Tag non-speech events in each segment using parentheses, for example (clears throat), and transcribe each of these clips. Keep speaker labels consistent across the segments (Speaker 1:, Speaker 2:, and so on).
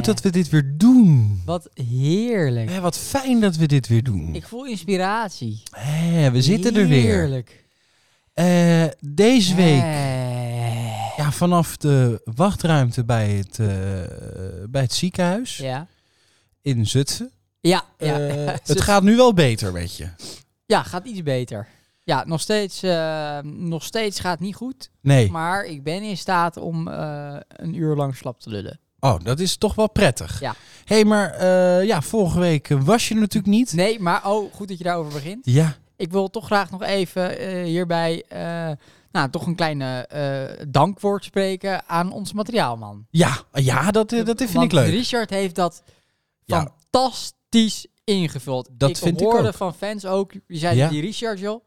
Speaker 1: dat we dit weer doen.
Speaker 2: Wat heerlijk.
Speaker 1: Hé, wat fijn dat we dit weer doen.
Speaker 2: Ik voel inspiratie.
Speaker 1: Hé, we zitten er weer.
Speaker 2: Heerlijk.
Speaker 1: Eh, deze week
Speaker 2: Eh,
Speaker 1: ja, vanaf de wachtruimte bij het, eh, bij het ziekenhuis
Speaker 2: Ja.
Speaker 1: in Zutphen.
Speaker 2: Ja, ja. (laughs)
Speaker 1: Eh, het
Speaker 2: Zutphen.
Speaker 1: gaat nu wel beter, weet je.
Speaker 2: ja, gaat iets beter. Ja, nog steeds, eh, nog steeds gaat niet goed.
Speaker 1: Nee.
Speaker 2: Maar ik ben in staat om eh, een uur lang slap te lullen.
Speaker 1: Oh, dat is toch wel prettig.
Speaker 2: Ja.
Speaker 1: Hé, hey, maar eh, ja, vorige week eh, was je er natuurlijk niet.
Speaker 2: Nee, maar oh, goed dat je daarover begint.
Speaker 1: Ja.
Speaker 2: Ik wil toch graag nog even eh, hierbij eh, nou, toch een kleine eh, dankwoord spreken aan onze materiaalman.
Speaker 1: Ja, ja dat, eh, dat vind
Speaker 2: Want
Speaker 1: ik leuk.
Speaker 2: Richard heeft dat
Speaker 1: Ja.
Speaker 2: fantastisch ingevuld.
Speaker 1: Dat vind ik
Speaker 2: hoorde
Speaker 1: ook.
Speaker 2: van fans ook, die zeiden
Speaker 1: Ja.
Speaker 2: die Richard joh,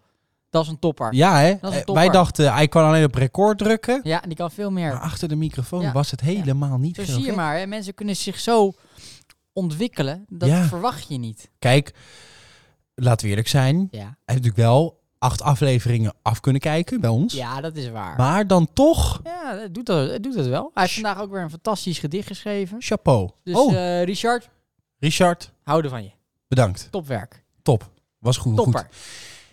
Speaker 2: dat is een topper. Ja,
Speaker 1: Ja, hè?
Speaker 2: Dat is
Speaker 1: Eh,
Speaker 2: topper.
Speaker 1: Wij dachten, hij kan alleen op record drukken.
Speaker 2: en die kan veel meer.
Speaker 1: Maar achter de microfoon
Speaker 2: Ja.
Speaker 1: was Ah, het helemaal niet
Speaker 2: zo
Speaker 1: veel
Speaker 2: zie je
Speaker 1: gek.
Speaker 2: maar, hè, mensen kunnen zich zo ontwikkelen, dat
Speaker 1: Ja.
Speaker 2: verwacht je niet.
Speaker 1: Kijk, laten we eerlijk zijn. Hij
Speaker 2: Ja,
Speaker 1: heeft natuurlijk wel acht afleveringen af kunnen kijken bij ons.
Speaker 2: ja dat is waar.
Speaker 1: Maar dan toch,
Speaker 2: ja, het doet dat, het doet dat wel. Hij heeft vandaag ook weer een fantastisch gedicht geschreven.
Speaker 1: chapeau.
Speaker 2: Dus
Speaker 1: oh,
Speaker 2: eh, Richard,
Speaker 1: Richard,
Speaker 2: houden van je.
Speaker 1: bedankt.
Speaker 2: Topwerk.
Speaker 1: Top. Was goed.
Speaker 2: Topper.
Speaker 1: goed.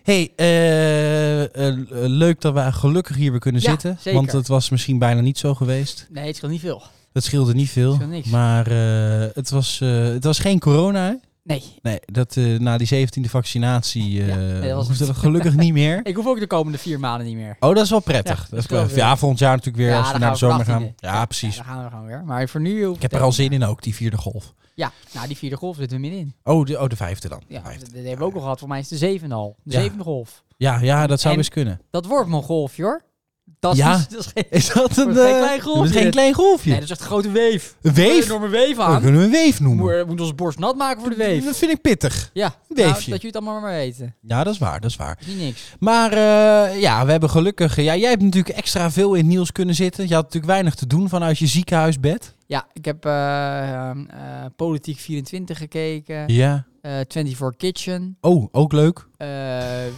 Speaker 1: hey, eh, eh, eh, leuk dat we gelukkig hier weer kunnen
Speaker 2: Ja,
Speaker 1: zitten.
Speaker 2: zeker.
Speaker 1: Want het was misschien bijna niet zo geweest.
Speaker 2: Nee, het scheelt niet veel.
Speaker 1: Dat scheelde niet veel.
Speaker 2: Scheelt niks.
Speaker 1: Maar eh, het, was, eh, het was geen corona, hè?
Speaker 2: Nee,
Speaker 1: Nee, dat, eh, na die 17e vaccinatie eh
Speaker 2: Ja, nee, dat was
Speaker 1: hoefde
Speaker 2: het.
Speaker 1: dat gelukkig niet
Speaker 2: (laughs)
Speaker 1: meer.
Speaker 2: ik hoef ook de komende vier maanden niet meer.
Speaker 1: Oh, dat is wel prettig.
Speaker 2: Ja,
Speaker 1: dat is
Speaker 2: dat
Speaker 1: wel
Speaker 2: wel weer.
Speaker 1: ja, volgend jaar natuurlijk weer
Speaker 2: Ja,
Speaker 1: als we
Speaker 2: dan
Speaker 1: naar de
Speaker 2: gaan we
Speaker 1: zomer
Speaker 2: voor
Speaker 1: gaan.
Speaker 2: 18e.
Speaker 1: Ja, precies.
Speaker 2: Ja, daar gaan we gewoon weer. Maar voor nu... hoef
Speaker 1: ik heb er al zin in ook, die vierde golf.
Speaker 2: Ja, nou die vierde golf zitten we middenin.
Speaker 1: Oh, de, oh, de vijfde dan.
Speaker 2: Ja,
Speaker 1: Ja,
Speaker 2: dat, dat hebben we ook al gehad. Voor mij is het de zevende al. De
Speaker 1: Ja.
Speaker 2: zevende golf.
Speaker 1: ja, ja dat zou
Speaker 2: En-
Speaker 1: eens
Speaker 2: (laughs)
Speaker 1: kunnen.
Speaker 2: Dat wordt mijn golfje hoor. Dat is,
Speaker 1: Ja.
Speaker 2: niet- dat is geen,
Speaker 1: Is dat een,
Speaker 2: Wordt geen
Speaker 1: eh,
Speaker 2: klein
Speaker 1: dat is
Speaker 2: golfje.
Speaker 1: geen klein golfje.
Speaker 2: nee, dat is echt een grote weef.
Speaker 1: een
Speaker 2: Een
Speaker 1: weef?
Speaker 2: enorme weef
Speaker 1: Dat
Speaker 2: aan.
Speaker 1: kunnen we een weef
Speaker 2: We
Speaker 1: noemen.
Speaker 2: moeten ons borst nat maken voor de weef.
Speaker 1: Dat vind ik pittig.
Speaker 2: Ja,
Speaker 1: Weefje.
Speaker 2: nou, dat jullie het allemaal maar weten.
Speaker 1: Ja, dat is waar, dat is waar.
Speaker 2: Dat is niet niks.
Speaker 1: Maar eh, ja, we hebben gelukkig... Ja, jij hebt natuurlijk extra veel in het nieuws kunnen zitten. Je had natuurlijk weinig te doen vanuit je ziekenhuisbed.
Speaker 2: Ja, ik heb eh, ehm, eh, Politiek 24 gekeken.
Speaker 1: Ja.
Speaker 2: eh, 24 Kitchen.
Speaker 1: Oh, ook leuk.
Speaker 2: eh,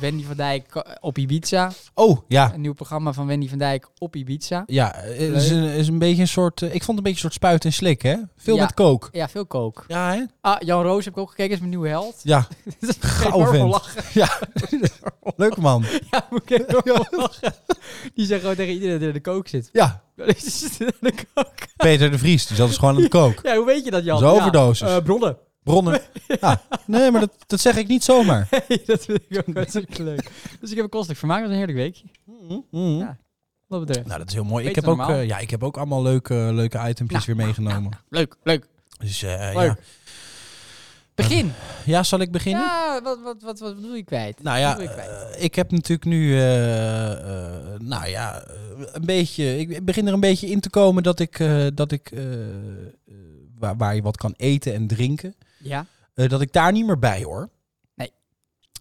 Speaker 2: Wendy van Dijk op Ibiza.
Speaker 1: Oh, ja.
Speaker 2: Een nieuw programma van Wendy van Dijk op Ibiza.
Speaker 1: Ja, eh, het is een, is een beetje een soort... eh, ik vond het een beetje een soort spuit en slik, hè? Veel
Speaker 2: Ja.
Speaker 1: met kook.
Speaker 2: Ja, veel kook.
Speaker 1: Ja, hè?
Speaker 2: Ah, Jan Roos heb ik ook gekeken, is mijn nieuwe held. (laughs)
Speaker 1: Ja,
Speaker 2: Gauw
Speaker 1: vent.
Speaker 2: lachen.
Speaker 1: leuk man.
Speaker 2: (laughs) Ja, moet ik even om lachen. Die zeggen gewoon tegen iedereen dat er in de kook zit. (laughs)
Speaker 1: Ja,
Speaker 2: Er zit in de kook.
Speaker 1: Peter de Vries, die zat dus gewoon aan de kook.
Speaker 2: Ja, hoe weet je dat, Jan?
Speaker 1: Dat is een overdosis.
Speaker 2: Ja, eh, bronnen. (laughs)
Speaker 1: Bronnen. Ja. Nee, maar dat, dat zeg ik niet zomaar.
Speaker 2: Hey, dat vind ik ook hartstikke leuk. Dus ik heb een kostelijk vermaakt. Dat was een heerlijk weekje.
Speaker 1: Mhm.
Speaker 2: Ja. Wat dat betreft.
Speaker 1: Nou, dat is heel mooi. Ik
Speaker 2: Mm-hmm. Beetje
Speaker 1: heb, ook,
Speaker 2: normaal.
Speaker 1: eh, ja, ik heb ook allemaal leuke, leuke itempjes weer meegenomen.
Speaker 2: Leuk, leuk,
Speaker 1: Dus eh, ja.
Speaker 2: leuk. Begin.
Speaker 1: ja, zal ik beginnen?
Speaker 2: Ja, wat, wat, wat, wat bedoel je kwijt?
Speaker 1: Nou
Speaker 2: Wat
Speaker 1: ja,
Speaker 2: bedoel je kwijt?
Speaker 1: eh, ik heb natuurlijk nu, eh, eh, nou ja, eh, een beetje, ik begin er een beetje in te komen dat ik, eh, dat ik eh, eh, waar, waar je wat kan eten en drinken,
Speaker 2: ja.
Speaker 1: eh, dat ik daar niet meer bij hoor.
Speaker 2: Nee.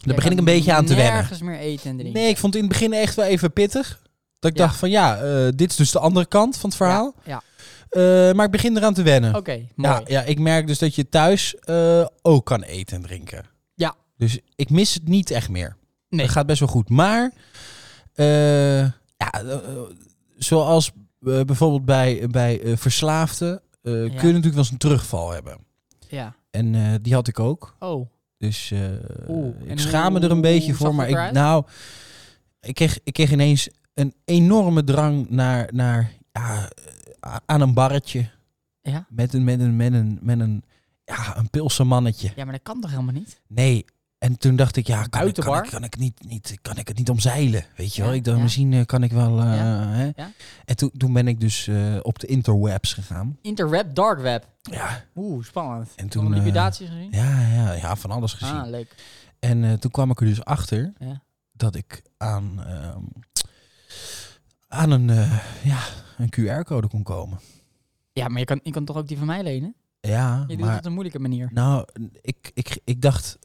Speaker 1: Daar begin ik een beetje aan te wennen.
Speaker 2: Nergens meer eten en drinken.
Speaker 1: Nee, ik vond het in het begin echt wel even pittig. Dat ik
Speaker 2: Ja.
Speaker 1: dacht van ja, eh, dit is dus de andere kant van het verhaal.
Speaker 2: Ja, ja.
Speaker 1: Eh, maar ik begin eraan te wennen.
Speaker 2: Oké, mooi.
Speaker 1: Ja, ja, ik merk dus dat je thuis eh, ook kan eten en drinken.
Speaker 2: Ja.
Speaker 1: Dus ik mis het niet echt meer.
Speaker 2: Nee.
Speaker 1: Het gaat best wel goed. Maar, eh, ja, eh, zoals eh, bijvoorbeeld bij, bij eh, verslaafden, eh kun je natuurlijk wel eens een terugval hebben.
Speaker 2: Ja.
Speaker 1: En eh, die had ik ook.
Speaker 2: Oh,
Speaker 1: Dus eh,
Speaker 2: Oeh, en
Speaker 1: ik schaam me er een
Speaker 2: hoe
Speaker 1: beetje
Speaker 2: zag
Speaker 1: voor.
Speaker 2: het
Speaker 1: Maar ik,
Speaker 2: eruit?
Speaker 1: nou, ik kreeg, ik kreeg ineens een enorme drang naar, naar ja, eh, aan een barretje.
Speaker 2: Ja?
Speaker 1: Met een, met een, met een, met een, ja, een pilsenmannetje.
Speaker 2: ja, maar dat kan toch helemaal niet?
Speaker 1: Nee. En toen dacht ik, ja, kan, ik, kan,
Speaker 2: Buitenbar?
Speaker 1: ik, kan ik niet, niet, kan ik het niet omzeilen? Weet je wel?
Speaker 2: Ja,
Speaker 1: Ik dacht,
Speaker 2: ja.
Speaker 1: misschien eh, kan ik wel. eh,
Speaker 2: Ja,
Speaker 1: hè?
Speaker 2: ja.
Speaker 1: En toen, toen ben ik dus eh, op de interwebs gegaan.
Speaker 2: Interweb, dark web.
Speaker 1: Ja,
Speaker 2: Oeh, spannend.
Speaker 1: en
Speaker 2: Toen
Speaker 1: toen.
Speaker 2: een
Speaker 1: eh,
Speaker 2: liquidaties gezien?
Speaker 1: ja, ja, ja, van alles gezien.
Speaker 2: Hm. ah, leuk.
Speaker 1: En eh, toen kwam ik er dus achter
Speaker 2: Ja.
Speaker 1: dat ik aan, ehm, aan een, eh, ja, een QR-code kon komen.
Speaker 2: Ja, maar je kan, je kan toch ook die van mij lenen?
Speaker 1: Ja,
Speaker 2: Je doet het
Speaker 1: maar
Speaker 2: op een moeilijke manier.
Speaker 1: nou, ik, ik, ik dacht,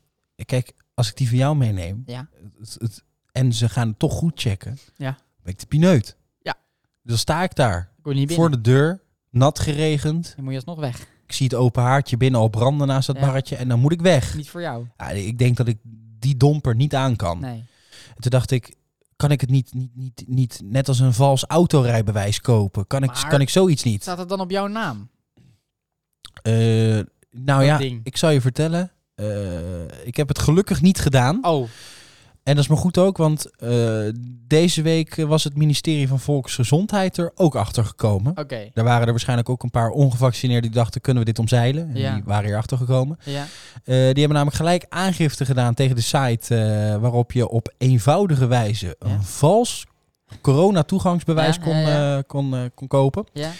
Speaker 1: kijk, als ik die van jou meeneem
Speaker 2: Ja.
Speaker 1: het- het- en ze gaan het toch goed checken,
Speaker 2: Ja.
Speaker 1: ben ik de pineut. Dus
Speaker 2: Ja.
Speaker 1: Dan sta ik daar
Speaker 2: Ik word niet binnen.
Speaker 1: voor de deur, nat geregend.
Speaker 2: Dan moet je alsnog weg.
Speaker 1: Ik zie het open haartje binnen al branden naast dat
Speaker 2: Ja.
Speaker 1: barretje en dan moet ik weg.
Speaker 2: Niet voor jou.
Speaker 1: Ja, ik denk dat ik die domper niet aan kan.
Speaker 2: Nee.
Speaker 1: En toen dacht ik, kan ik het niet, niet, niet, niet net als een vals autorijbewijs kopen? Kan ik,
Speaker 2: Maar-
Speaker 1: kan ik zoiets niet?
Speaker 2: Staat dat dan op jouw naam?
Speaker 1: Eh, nou
Speaker 2: Dat
Speaker 1: ja,
Speaker 2: ding.
Speaker 1: ik zal je vertellen. eh, ik heb het gelukkig niet gedaan.
Speaker 2: Oh,
Speaker 1: En dat is maar goed ook, want eh, deze week was het ministerie van Volksgezondheid er ook achter gekomen.
Speaker 2: oké.
Speaker 1: Daar waren er waarschijnlijk ook een paar ongevaccineerden die dachten, kunnen we dit omzeilen? En
Speaker 2: Ja.
Speaker 1: die waren hier achter gekomen.
Speaker 2: Ja.
Speaker 1: Eh, die hebben namelijk gelijk aangifte gedaan tegen de site eh, waarop je op eenvoudige wijze
Speaker 2: Ja.
Speaker 1: een vals corona-toegangsbewijs
Speaker 2: Ja,
Speaker 1: kon,
Speaker 2: ja, ja.
Speaker 1: eh, kon, eh, kon kopen.
Speaker 2: Ja.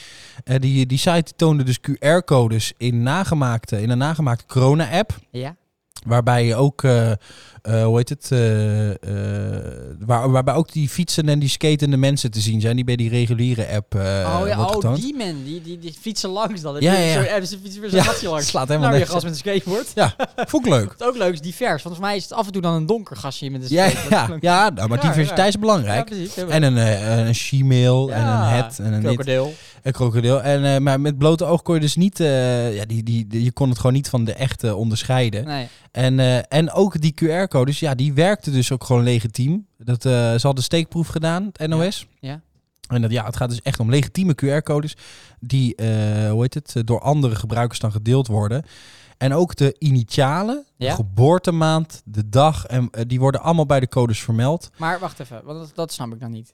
Speaker 1: Eh, die, die site toonde dus QR-codes in, nagemaakte, in een nagemaakte corona-app.
Speaker 2: Ja.
Speaker 1: Waarbij je ook, eh, eh, hoe heet het, eh, eh, waar, waarbij ook die fietsen en die skatende mensen te zien zijn. Die bij die reguliere app eh
Speaker 2: oh ja,
Speaker 1: wordt
Speaker 2: oh,
Speaker 1: getoond.
Speaker 2: die man, die, die, die fietsen langs dan.
Speaker 1: Ja, ja, ja.
Speaker 2: Zo, eh, ze fietsen weer zo'n
Speaker 1: Ja,
Speaker 2: gatje langs.
Speaker 1: slaat
Speaker 2: Nou,
Speaker 1: helemaal
Speaker 2: weer
Speaker 1: nergens
Speaker 2: gast met een skateboard.
Speaker 1: op. Vond ik leuk.
Speaker 2: Wat ook leuk is, divers. Want voor mij is het af en toe dan een donker gastje met een
Speaker 1: Ja,
Speaker 2: skateboard. (laughs) Dat
Speaker 1: ja,
Speaker 2: klonk-
Speaker 1: ja nou, maar
Speaker 2: Raar,
Speaker 1: diversiteit
Speaker 2: raar.
Speaker 1: is belangrijk.
Speaker 2: precies.
Speaker 1: En een, eh, een she-mail en
Speaker 2: Ja,
Speaker 1: een het en een dit.
Speaker 2: krokodil.
Speaker 1: Een krokodil. En, eh, maar met blote oog kon je dus niet... eh, ja, die, die, die- je kon het gewoon niet van de echte onderscheiden.
Speaker 2: Nee.
Speaker 1: En, eh, en ook die QR-codes, ja, die werkte dus ook gewoon legitiem. Dat, eh ze hadden steekproef gedaan, het NOS.
Speaker 2: ja.
Speaker 1: En dat, ja, het gaat dus echt om legitieme QR-codes die, eh, hoe heet het, eh, door andere gebruikers dan gedeeld worden. En ook de initialen, de
Speaker 2: Ja.
Speaker 1: geboortemaand, de dag, en, eh, die worden allemaal bij de codes vermeld.
Speaker 2: Maar wacht even, want dat, dat snap ik dan niet.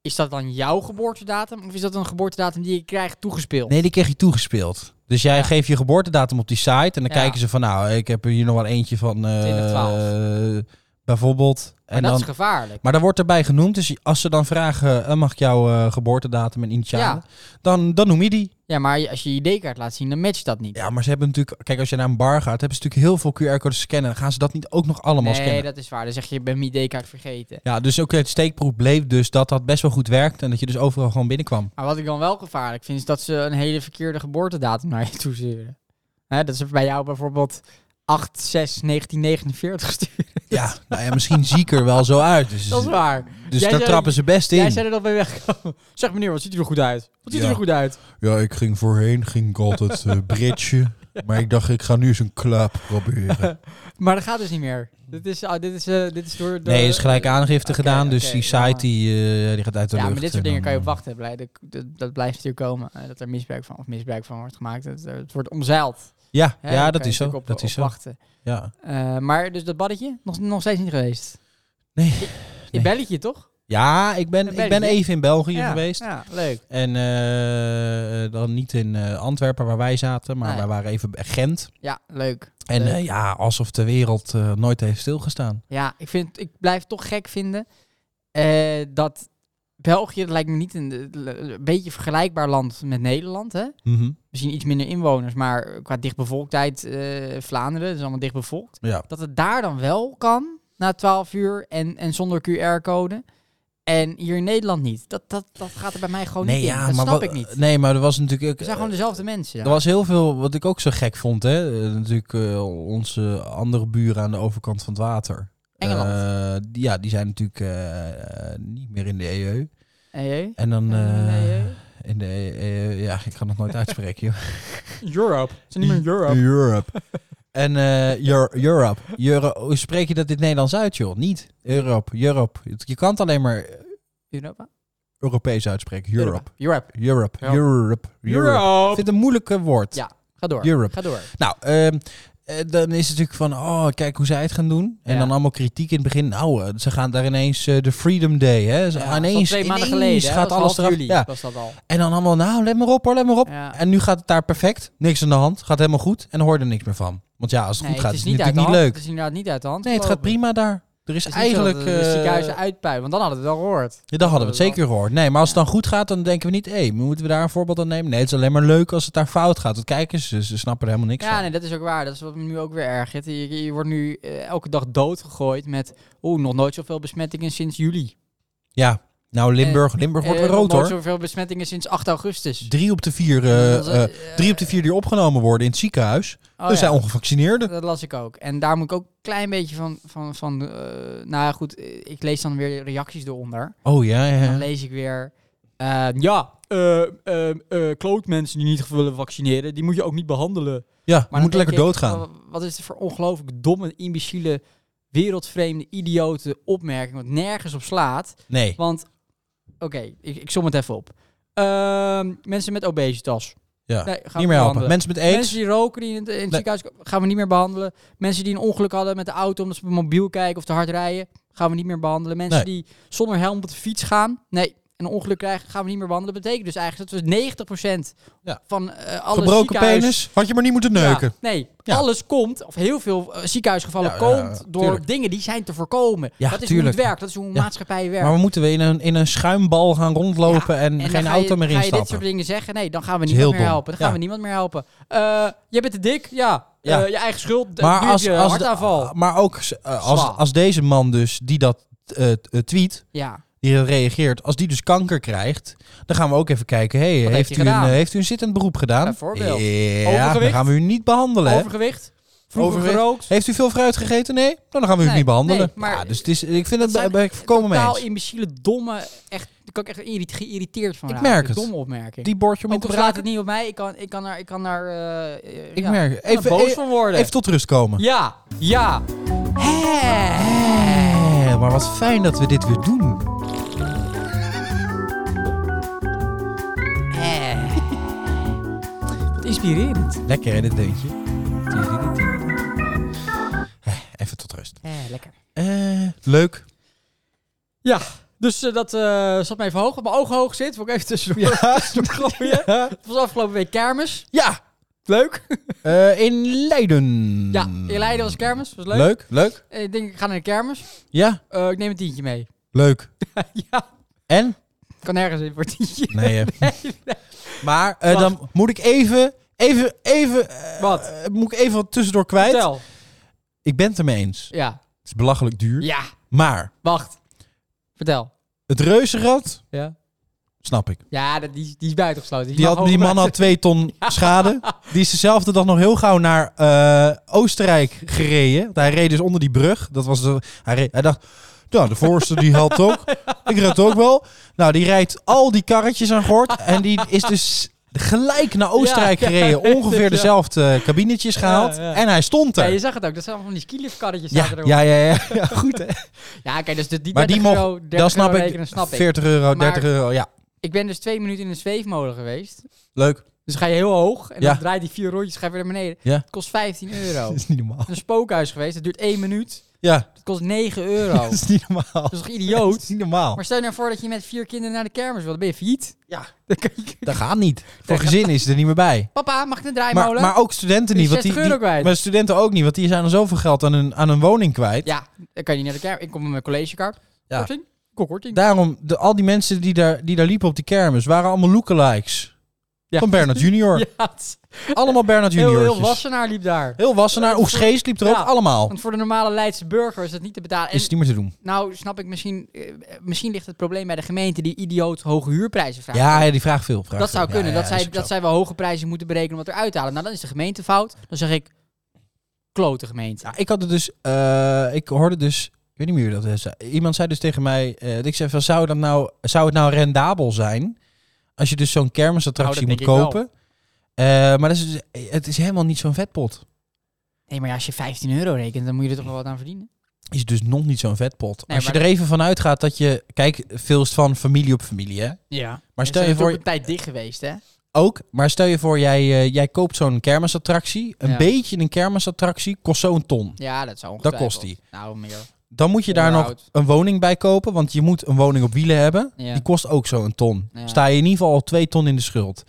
Speaker 2: Is dat dan jouw geboortedatum? Of is dat een geboortedatum die je krijgt toegespeeld?
Speaker 1: Nee, die kreeg je toegespeeld. Dus jij
Speaker 2: Ja.
Speaker 1: geeft je geboortedatum op die site en dan
Speaker 2: Ja.
Speaker 1: kijken ze van, nou, ik heb hier nog wel eentje van... eh,
Speaker 2: 2012.
Speaker 1: Bijvoorbeeld.
Speaker 2: Maar dat is gevaarlijk.
Speaker 1: Maar daar wordt erbij genoemd. Dus als ze dan vragen, eh, mag ik jouw eh, geboortedatum en initialen? Dan, dan noem je die.
Speaker 2: Ja, maar je- als je je ID-kaart laat zien, dan matcht dat niet.
Speaker 1: Ja, maar ze hebben natuurlijk... Kijk, als je naar een bar gaat, hebben ze natuurlijk heel veel QR-codes te scannen. Dan gaan ze dat niet ook nog allemaal
Speaker 2: nee,
Speaker 1: scannen.
Speaker 2: dat is waar. Dan zeg je, ik ben mijn ID-kaart vergeten.
Speaker 1: Ja, dus ook het steekproef bleef dus dat dat best wel goed werkt. En dat je dus overal gewoon
Speaker 2: (laughs)
Speaker 1: binnenkwam.
Speaker 2: Maar wat ik dan wel gevaarlijk vind, is dat ze een hele verkeerde geboortedatum naar je toe sturen. Hè, dat ze bij jou bijvoorbeeld 8-6-1949 sturen.
Speaker 1: Ja, nou ja, misschien zie ik er wel zo uit. Dus,
Speaker 2: Dat is waar.
Speaker 1: dus
Speaker 2: Jij
Speaker 1: daar
Speaker 2: zei-
Speaker 1: trappen ze best
Speaker 2: Jij
Speaker 1: in.
Speaker 2: zei er dan bij weggekomen. (laughs) Zeg meneer, wat ziet u er goed uit? Wat ziet u
Speaker 1: Ja.
Speaker 2: er goed uit?
Speaker 1: Ja, ik ging voorheen, ging ik altijd (laughs) uh, Maar ik dacht, ik ga nu eens een klap proberen.
Speaker 2: Maar dat gaat dus niet meer. Dit is, ah, dit is, eh, dit is door
Speaker 1: (laughs)
Speaker 2: de...
Speaker 1: Nee, er is gelijk aangifte
Speaker 2: Oké,
Speaker 1: gedaan. Dus
Speaker 2: oké,
Speaker 1: die
Speaker 2: ja.
Speaker 1: site, die, eh, die gaat uit de
Speaker 2: Ja,
Speaker 1: lucht.
Speaker 2: maar dit
Speaker 1: en
Speaker 2: soort dingen
Speaker 1: dan,
Speaker 2: kan je op
Speaker 1: eh,
Speaker 2: wachten. Blij- Dat, dat, dat blijft natuurlijk komen. eh, Dat er misbruik van of misbruik van wordt gemaakt. Dat, eh, het wordt omzeild.
Speaker 1: Ja,
Speaker 2: hè.
Speaker 1: ja
Speaker 2: Daar
Speaker 1: dat
Speaker 2: kan je
Speaker 1: is zo.
Speaker 2: natuurlijk op-
Speaker 1: dat is
Speaker 2: op
Speaker 1: zo.
Speaker 2: wachten.
Speaker 1: Ja.
Speaker 2: Eh, maar dus dat baddetje? Nog, nog steeds niet geweest?
Speaker 1: Nee,
Speaker 2: Je
Speaker 1: nee.
Speaker 2: belletje toch?
Speaker 1: ja, ik ben,
Speaker 2: In
Speaker 1: ik ben
Speaker 2: België?
Speaker 1: even in België
Speaker 2: ja,
Speaker 1: geweest.
Speaker 2: Ja, leuk.
Speaker 1: En eh, dan niet in eh, Antwerpen waar wij zaten, maar
Speaker 2: Nee.
Speaker 1: wij waren even bij Gent.
Speaker 2: Ja, leuk.
Speaker 1: En
Speaker 2: Ah, Leuk.
Speaker 1: eh, ja, alsof de wereld eh, nooit heeft stilgestaan.
Speaker 2: Ja, ik, vind, ik blijf toch gek vinden eh, dat België, dat lijkt me niet een, eh, een beetje vergelijkbaar land met Nederland. Hè?
Speaker 1: Mhm.
Speaker 2: Misschien iets minder inwoners, maar qua dichtbevolktheid eh Vlaanderen, dat is allemaal dichtbevolkt.
Speaker 1: Ja.
Speaker 2: Dat het daar dan wel kan na 12 uur en, en zonder QR-code. En hier in Nederland niet. Dat, dat, dat gaat er bij mij gewoon niet in. dat snap
Speaker 1: wat- eh,
Speaker 2: ik niet.
Speaker 1: Nee, maar er was natuurlijk
Speaker 2: We
Speaker 1: ook...
Speaker 2: zijn gewoon dezelfde mensen.
Speaker 1: Er was heel veel wat ik ook zo gek vond. Hè? Eh, natuurlijk eh, onze andere buren aan de overkant van het water.
Speaker 2: Engeland.
Speaker 1: Eh, die- ja, die zijn natuurlijk eh, eh, niet meer in de EU.
Speaker 2: Eh, eh?
Speaker 1: En dan... eh,
Speaker 2: Eh, eh?
Speaker 1: In de, eh, eh, ja, ik kan het nooit uitspreken, joh.
Speaker 2: (laughs) Europe. Ze zijn niet meer Europe.
Speaker 1: Europe. En eh, Eur- Europe. Euro, hoe spreek je dat in het Nederlands uit, joh? Niet. Europe, Europe. Het- Je kan het alleen maar
Speaker 2: Europa?
Speaker 1: Europees uitspreken. Europe.
Speaker 2: Europe.
Speaker 1: Europe.
Speaker 2: Ja.
Speaker 1: Europe. Europe. Ik vind het een moeilijk eh, woord.
Speaker 2: Ja. Ga door.
Speaker 1: Europe.
Speaker 2: Ga door.
Speaker 1: Nou, ehm, eh, dan is het natuurlijk van, oh, kijk hoe zij het gaan doen. En
Speaker 2: Ja.
Speaker 1: dan allemaal kritiek in het begin. Nou, eh, ze gaan daar ineens eh, de Freedom Day, hè. Ze,
Speaker 2: Ja, dat was
Speaker 1: Dus ineens,
Speaker 2: twee maanden
Speaker 1: ineens
Speaker 2: geleden. hè,
Speaker 1: gaat
Speaker 2: dat was
Speaker 1: alles
Speaker 2: half
Speaker 1: eraf.
Speaker 2: juli
Speaker 1: Ja.
Speaker 2: was dat al.
Speaker 1: En dan allemaal, nou, let maar op hoor, let maar op.
Speaker 2: Ja.
Speaker 1: En nu gaat het daar perfect. Niks aan de hand. Gaat helemaal goed. En dan hoor je er niks meer van. Want ja, als het
Speaker 2: Nee,
Speaker 1: goed gaat,
Speaker 2: het
Speaker 1: is
Speaker 2: is
Speaker 1: het
Speaker 2: niet uit
Speaker 1: natuurlijk niet
Speaker 2: de hand.
Speaker 1: leuk.
Speaker 2: Het is inderdaad niet uit de hand.
Speaker 1: Nee, het gaat
Speaker 2: gelopen.
Speaker 1: prima daar. Er is,
Speaker 2: Het is
Speaker 1: eigenlijk...
Speaker 2: Niet zo dat de
Speaker 1: eh,
Speaker 2: ziekenhuizen uitpuilen, want dan hadden we het wel gehoord.
Speaker 1: ja, dan hadden we het zeker gehoord. Nee, maar als het dan goed gaat, dan denken we niet... Hé, moeten we daar een voorbeeld aan nemen? Nee, het is alleen maar leuk als het daar fout gaat. Want kijk eens, ze, ze snappen er helemaal niks
Speaker 2: Ja,
Speaker 1: van.
Speaker 2: nee, dat is ook waar. Dat is wat me nu ook weer erg. Je, je, je wordt nu eh, elke dag doodgegooid met... Oeh, nog nooit zoveel besmettingen sinds juli.
Speaker 1: Ja, nou Limburg, Limburg wordt
Speaker 2: Eh,
Speaker 1: weer rood
Speaker 2: nog nooit
Speaker 1: hoor.
Speaker 2: zoveel besmettingen sinds 8 augustus.
Speaker 1: Drie op de vier... eh,
Speaker 2: Dat is, eh,
Speaker 1: eh, Drie op de vier die opgenomen worden in het ziekenhuis.
Speaker 2: oh
Speaker 1: dus
Speaker 2: ja.
Speaker 1: zijn ongevaccineerden.
Speaker 2: Dat las ik ook. En daar moet ik ook een klein beetje van... van, van eh, nou ja, goed, eh, ik lees dan weer reacties eronder.
Speaker 1: Oh ja, ja,
Speaker 2: Dan
Speaker 1: ja.
Speaker 2: lees ik weer... eh, ja, eh eh, eh, klootmensen die niet willen vaccineren, die moet je ook niet behandelen.
Speaker 1: Ja,
Speaker 2: dan
Speaker 1: moet
Speaker 2: denk
Speaker 1: lekker
Speaker 2: ik, oh.
Speaker 1: doodgaan.
Speaker 2: wa- Wat is het voor ongelooflijk domme, imbeciele, wereldvreemde, idiote opmerking... wat nergens op slaat...
Speaker 1: Nee.
Speaker 2: Want, oké, ik, ik som het even op. Ehm, mensen met obesitas.
Speaker 1: Ja.
Speaker 2: Nee, gaan
Speaker 1: Niet meer
Speaker 2: we
Speaker 1: helpen.
Speaker 2: behandelen.
Speaker 1: Mensen met aids.
Speaker 2: Mensen die roken die in het, in het
Speaker 1: Nee.
Speaker 2: ziekenhuis ko- gaan we niet meer behandelen. Mensen die een ongeluk hadden met de auto omdat ze op hun mobiel kijken of te hard rijden, gaan we niet meer behandelen. Mensen die zonder helm op de fiets gaan, nee, een ongeluk krijgen, gaan we niet meer behandelen. Dat betekent dus eigenlijk dat we 90%
Speaker 1: Ja.
Speaker 2: van eh alle
Speaker 1: Gebroken
Speaker 2: ziekenhuis...
Speaker 1: penis. Had je maar niet moeten
Speaker 2: Ja,
Speaker 1: neuken.
Speaker 2: nee,
Speaker 1: Ja.
Speaker 2: alles komt, of heel veel eh, ziekenhuisgevallen
Speaker 1: Ja, ja, ja,
Speaker 2: komt door
Speaker 1: tuurlijk.
Speaker 2: dingen die zijn te voorkomen.
Speaker 1: Ja,
Speaker 2: dat is
Speaker 1: tuurlijk.
Speaker 2: hoe het werkt, dat is hoe een
Speaker 1: Ja.
Speaker 2: maatschappij werkt.
Speaker 1: Maar we moeten we in een, in een schuimbal gaan rondlopen en,
Speaker 2: dan
Speaker 1: geen
Speaker 2: ga
Speaker 1: auto
Speaker 2: je,
Speaker 1: meer
Speaker 2: ga je dit
Speaker 1: instappen.
Speaker 2: soort dingen zeggen? Nee, dan gaan we
Speaker 1: is heel
Speaker 2: niemand meer
Speaker 1: dom.
Speaker 2: helpen. Dan gaan
Speaker 1: Ja.
Speaker 2: we niemand meer helpen. Eh, je bent te dik, ja.
Speaker 1: Ja.
Speaker 2: Eh, je eigen schuld,
Speaker 1: maar
Speaker 2: maar
Speaker 1: als,
Speaker 2: je
Speaker 1: als, de-
Speaker 2: hartaanval.
Speaker 1: maar ook eh, als,
Speaker 2: Zwaar.
Speaker 1: als deze man dus, die dat eh, eh, tweet,
Speaker 2: ja,
Speaker 1: die dat reageert, als die dus kanker krijgt, dan gaan we ook even kijken, hey,
Speaker 2: Wat
Speaker 1: heeft,
Speaker 2: heeft
Speaker 1: u
Speaker 2: hij
Speaker 1: een,
Speaker 2: gedaan?
Speaker 1: eh, heeft u een zittend beroep gedaan?
Speaker 2: Bijvoorbeeld.
Speaker 1: Ja, dan
Speaker 2: Overgewicht?
Speaker 1: gaan we u niet behandelen. hè.
Speaker 2: overgewicht, vroeger
Speaker 1: Overgewicht.
Speaker 2: gerookt.
Speaker 1: Heeft u veel fruit gegeten? Nee? Nou, dan gaan we u
Speaker 2: Nee,
Speaker 1: niet behandelen.
Speaker 2: nee, maar-
Speaker 1: ja, dus het is, ik vind het,
Speaker 2: zijn
Speaker 1: ben ik voorkomen mee
Speaker 2: Totaal
Speaker 1: eens.
Speaker 2: imbeciele, domme, echt, daar kan ik echt irrit- geïrriteerd van
Speaker 1: Ik
Speaker 2: raken.
Speaker 1: merk het.
Speaker 2: Domme opmerking.
Speaker 1: Die bordje om
Speaker 2: maar
Speaker 1: te
Speaker 2: toch slaat
Speaker 1: braken.
Speaker 2: het niet op mij. Ik kan, ik kan daar, ik kan daar eh, eh,
Speaker 1: Ik
Speaker 2: ja,
Speaker 1: merk
Speaker 2: ik
Speaker 1: het.
Speaker 2: kan er
Speaker 1: Even,
Speaker 2: boos
Speaker 1: e-
Speaker 2: van worden.
Speaker 1: even tot rust komen.
Speaker 2: Ja,
Speaker 1: (laughs)
Speaker 2: ja. Hè.
Speaker 1: Eh, maar wat fijn dat we dit weer doen.
Speaker 2: Eh. Wat inspirerend.
Speaker 1: Lekker hè, dit deuntje. Eh, Even tot rust.
Speaker 2: Eh, lekker.
Speaker 1: Eh, leuk.
Speaker 2: Ja, dus eh, dat eh, zat mij even hoog. Op mijn ogen hoog zit, wil ik even (laughs) tussendoor. Ja.
Speaker 1: Ja.
Speaker 2: Het was afgelopen week kermis.
Speaker 1: Ja.
Speaker 2: Leuk.
Speaker 1: Eh, in Leiden.
Speaker 2: Ja, in Leiden was kermis. was leuk.
Speaker 1: Leuk. leuk.
Speaker 2: Eh, Ik denk, ik ga naar de kermis.
Speaker 1: Ja,
Speaker 2: Eh, ik neem een tientje mee.
Speaker 1: leuk.
Speaker 2: (laughs) ja,
Speaker 1: En?
Speaker 2: kan ergens in voor een tientje.
Speaker 1: (laughs)
Speaker 2: (laughs)
Speaker 1: Nee. eh. Maar eh,
Speaker 2: Wacht.
Speaker 1: dan moet ik even, even, even... eh,
Speaker 2: Wat?
Speaker 1: eh, moet ik even wat tussendoor kwijt?
Speaker 2: Vertel.
Speaker 1: Ik ben het ermee eens.
Speaker 2: Ja.
Speaker 1: Het is belachelijk duur.
Speaker 2: Ja,
Speaker 1: Maar
Speaker 2: wacht. Vertel.
Speaker 1: het reuzenrad,
Speaker 2: Ja,
Speaker 1: snap ik.
Speaker 2: ja dat, die, is- die is buitengesloten.
Speaker 1: Die,
Speaker 2: mag
Speaker 1: had, die
Speaker 2: gewoon
Speaker 1: man had twee ton schade. Die is dezelfde dag nog heel gauw naar eh, Oostenrijk gereden. Hij reed dus onder die brug. Dat was de, hij, reed- hij dacht, nou, de voorste die had ook. Ik red ook wel. Nou, die rijdt al die karretjes aan gort. En die is dus gelijk naar Oostenrijk
Speaker 2: Ja, ja,
Speaker 1: gereden.
Speaker 2: (laughs) ja.
Speaker 1: Ongeveer dezelfde kabinetjes gehaald.
Speaker 2: Ja, ja.
Speaker 1: En hij stond
Speaker 2: Ja, je
Speaker 1: er.
Speaker 2: zag het ook. Dat zijn allemaal van die skiliftkarretjes.
Speaker 1: Ja,
Speaker 2: zaten erop.
Speaker 1: ja, ja, ja, ja. (laughs) Goed, hè?
Speaker 2: ja oké, dus de, die
Speaker 1: Maar die
Speaker 2: 30
Speaker 1: mocht...
Speaker 2: euro, 30
Speaker 1: Dat snap
Speaker 2: euro
Speaker 1: ik.
Speaker 2: rekenen, snap ik.
Speaker 1: 40 euro, 30
Speaker 2: Maar-
Speaker 1: euro. Ja,
Speaker 2: Ik ben dus twee minuten in een zweefmolen geweest.
Speaker 1: leuk.
Speaker 2: Dus ga je heel hoog en
Speaker 1: Ja.
Speaker 2: dan draait die vier rondjes, ga je weer naar beneden.
Speaker 1: Ja.
Speaker 2: Het kost 15 euro.
Speaker 1: (laughs) (laughs) Dat is niet normaal.
Speaker 2: een spookhuis geweest, dat duurt één minuut.
Speaker 1: Ja,
Speaker 2: Dat kost 9
Speaker 1: (laughs)
Speaker 2: euro.
Speaker 1: dat is niet normaal.
Speaker 2: Dat is toch
Speaker 1: Dat is
Speaker 2: idioot?
Speaker 1: niet normaal.
Speaker 2: Maar stel je nou voor dat je met vier kinderen naar de kermis wil, dan ben je failliet.
Speaker 1: Ja.
Speaker 2: (laughs) Dan kan je-
Speaker 1: Dat gaat niet. Voor gezin is het er niet meer bij.
Speaker 2: Papa, mag ik een
Speaker 1: Maar,
Speaker 2: draaimolen?
Speaker 1: maar ook studenten
Speaker 2: Kun je
Speaker 1: niet. Want die,
Speaker 2: 60 euro
Speaker 1: die-
Speaker 2: kwijt?
Speaker 1: maar studenten ook niet, want die zijn al zoveel geld aan hun, aan hun woning kwijt.
Speaker 2: Ja, dan kan je niet naar de kermis. Ik kom met mijn collegekaart.
Speaker 1: Ja.
Speaker 2: Korting? Kom korting.
Speaker 1: Daarom, de, al die mensen die daar, die daar liepen op die kermis, waren allemaal lookalikes.
Speaker 2: Ja.
Speaker 1: Van Bernard Junior.
Speaker 2: (laughs) Ja, het is-
Speaker 1: Allemaal Bernard
Speaker 2: heel,
Speaker 1: Juniortjes.
Speaker 2: heel Wassenaar liep daar.
Speaker 1: Heel Wassenaar, Oeg Schees liep er
Speaker 2: Ja.
Speaker 1: ook. Allemaal.
Speaker 2: Want voor de normale Leidse burger is dat niet te betalen. En
Speaker 1: Is het niet meer te doen.
Speaker 2: nou snap ik misschien, eh, misschien ligt het probleem bij de gemeente die idioot hoge huurprijzen vraagt.
Speaker 1: Ja, ja, die vraag veel. Vraag
Speaker 2: dat zou
Speaker 1: veel. Ja,
Speaker 2: kunnen.
Speaker 1: ja,
Speaker 2: dat,
Speaker 1: is
Speaker 2: zij,
Speaker 1: ook
Speaker 2: dat
Speaker 1: zo.
Speaker 2: zij wel hoge prijzen moeten berekenen om wat eruit te halen. Nou, dan is de gemeente fout. Dan zeg ik, klote gemeente.
Speaker 1: Ja, ik had het dus, eh, ik hoorde dus, ik weet niet meer wie dat is. Iemand zei dus tegen mij, eh, ik zei van, zou, dat nou, zou het nou rendabel zijn als je dus zo'n kermisattractie
Speaker 2: Nou, dat
Speaker 1: moet
Speaker 2: denk ik
Speaker 1: kopen? Eh, maar dat is dus- het is helemaal niet zo'n vetpot.
Speaker 2: Nee, maar ja, als je 15 euro rekent, dan moet je er toch wel wat aan verdienen.
Speaker 1: Is dus nog niet zo'n vetpot.
Speaker 2: Nee,
Speaker 1: als je
Speaker 2: maar-
Speaker 1: er even van uitgaat dat je, kijk, veel is het van familie op familie, hè?
Speaker 2: Ja.
Speaker 1: Maar stel je voor,
Speaker 2: een tijd dicht geweest, hè?
Speaker 1: ook, maar stel je voor, jij, eh, jij koopt zo'n kermisattractie. Een
Speaker 2: Ja.
Speaker 1: beetje een kermisattractie kost zo'n ton.
Speaker 2: Ja, dat zou
Speaker 1: Dat
Speaker 2: ongetwijfeld.
Speaker 1: kost die.
Speaker 2: Nou, meer.
Speaker 1: Dan moet je daar nog
Speaker 2: Onderhoud.
Speaker 1: een woning bij kopen, want je moet een woning op wielen hebben.
Speaker 2: Ja.
Speaker 1: Die kost ook zo'n ton.
Speaker 2: Ja.
Speaker 1: Sta je in ieder geval al twee ton in de schuld.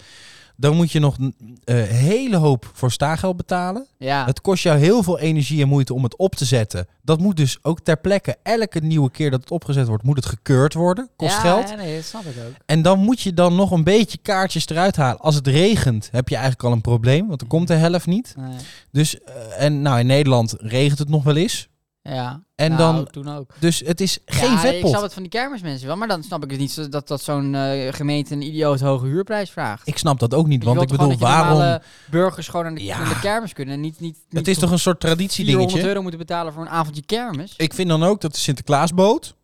Speaker 1: Dan moet je nog een eh, hele hoop voor staageld betalen.
Speaker 2: ja.
Speaker 1: Het kost jou heel veel energie en moeite om het op te zetten. Dat moet dus ook ter plekke, elke nieuwe keer dat het opgezet wordt, moet het gekeurd worden. Kost
Speaker 2: Ja,
Speaker 1: geld.
Speaker 2: Ja, nee, dat snap ik ook.
Speaker 1: En dan moet je dan nog een beetje kaartjes eruit halen. Als het regent heb je eigenlijk al een probleem, want dan komt de helft niet.
Speaker 2: Nee.
Speaker 1: Dus, eh, en nou, in Nederland regent het nog wel eens.
Speaker 2: Ja.
Speaker 1: En
Speaker 2: Nou,
Speaker 1: dan,
Speaker 2: Toen ook.
Speaker 1: dus het is geen
Speaker 2: ja, Ik
Speaker 1: vetpot.
Speaker 2: snap het van die kermismensen wel, maar dan snap ik het niet zo- dat, dat zo'n eh, gemeente een idioot hoge huurprijs vraagt.
Speaker 1: Ik snap dat ook niet, want
Speaker 2: Je
Speaker 1: ik
Speaker 2: wilt gewoon
Speaker 1: bedoel,
Speaker 2: dat je eh,
Speaker 1: waarom...
Speaker 2: normale burgers gewoon aan de,
Speaker 1: Ja.
Speaker 2: aan de kermis kunnen. en Niet, niet, niet
Speaker 1: Het is toch een soort traditiedingetje?
Speaker 2: 400 euro moeten betalen voor een avondje kermis.
Speaker 1: Ik vind dan ook dat de Sinterklaasboot...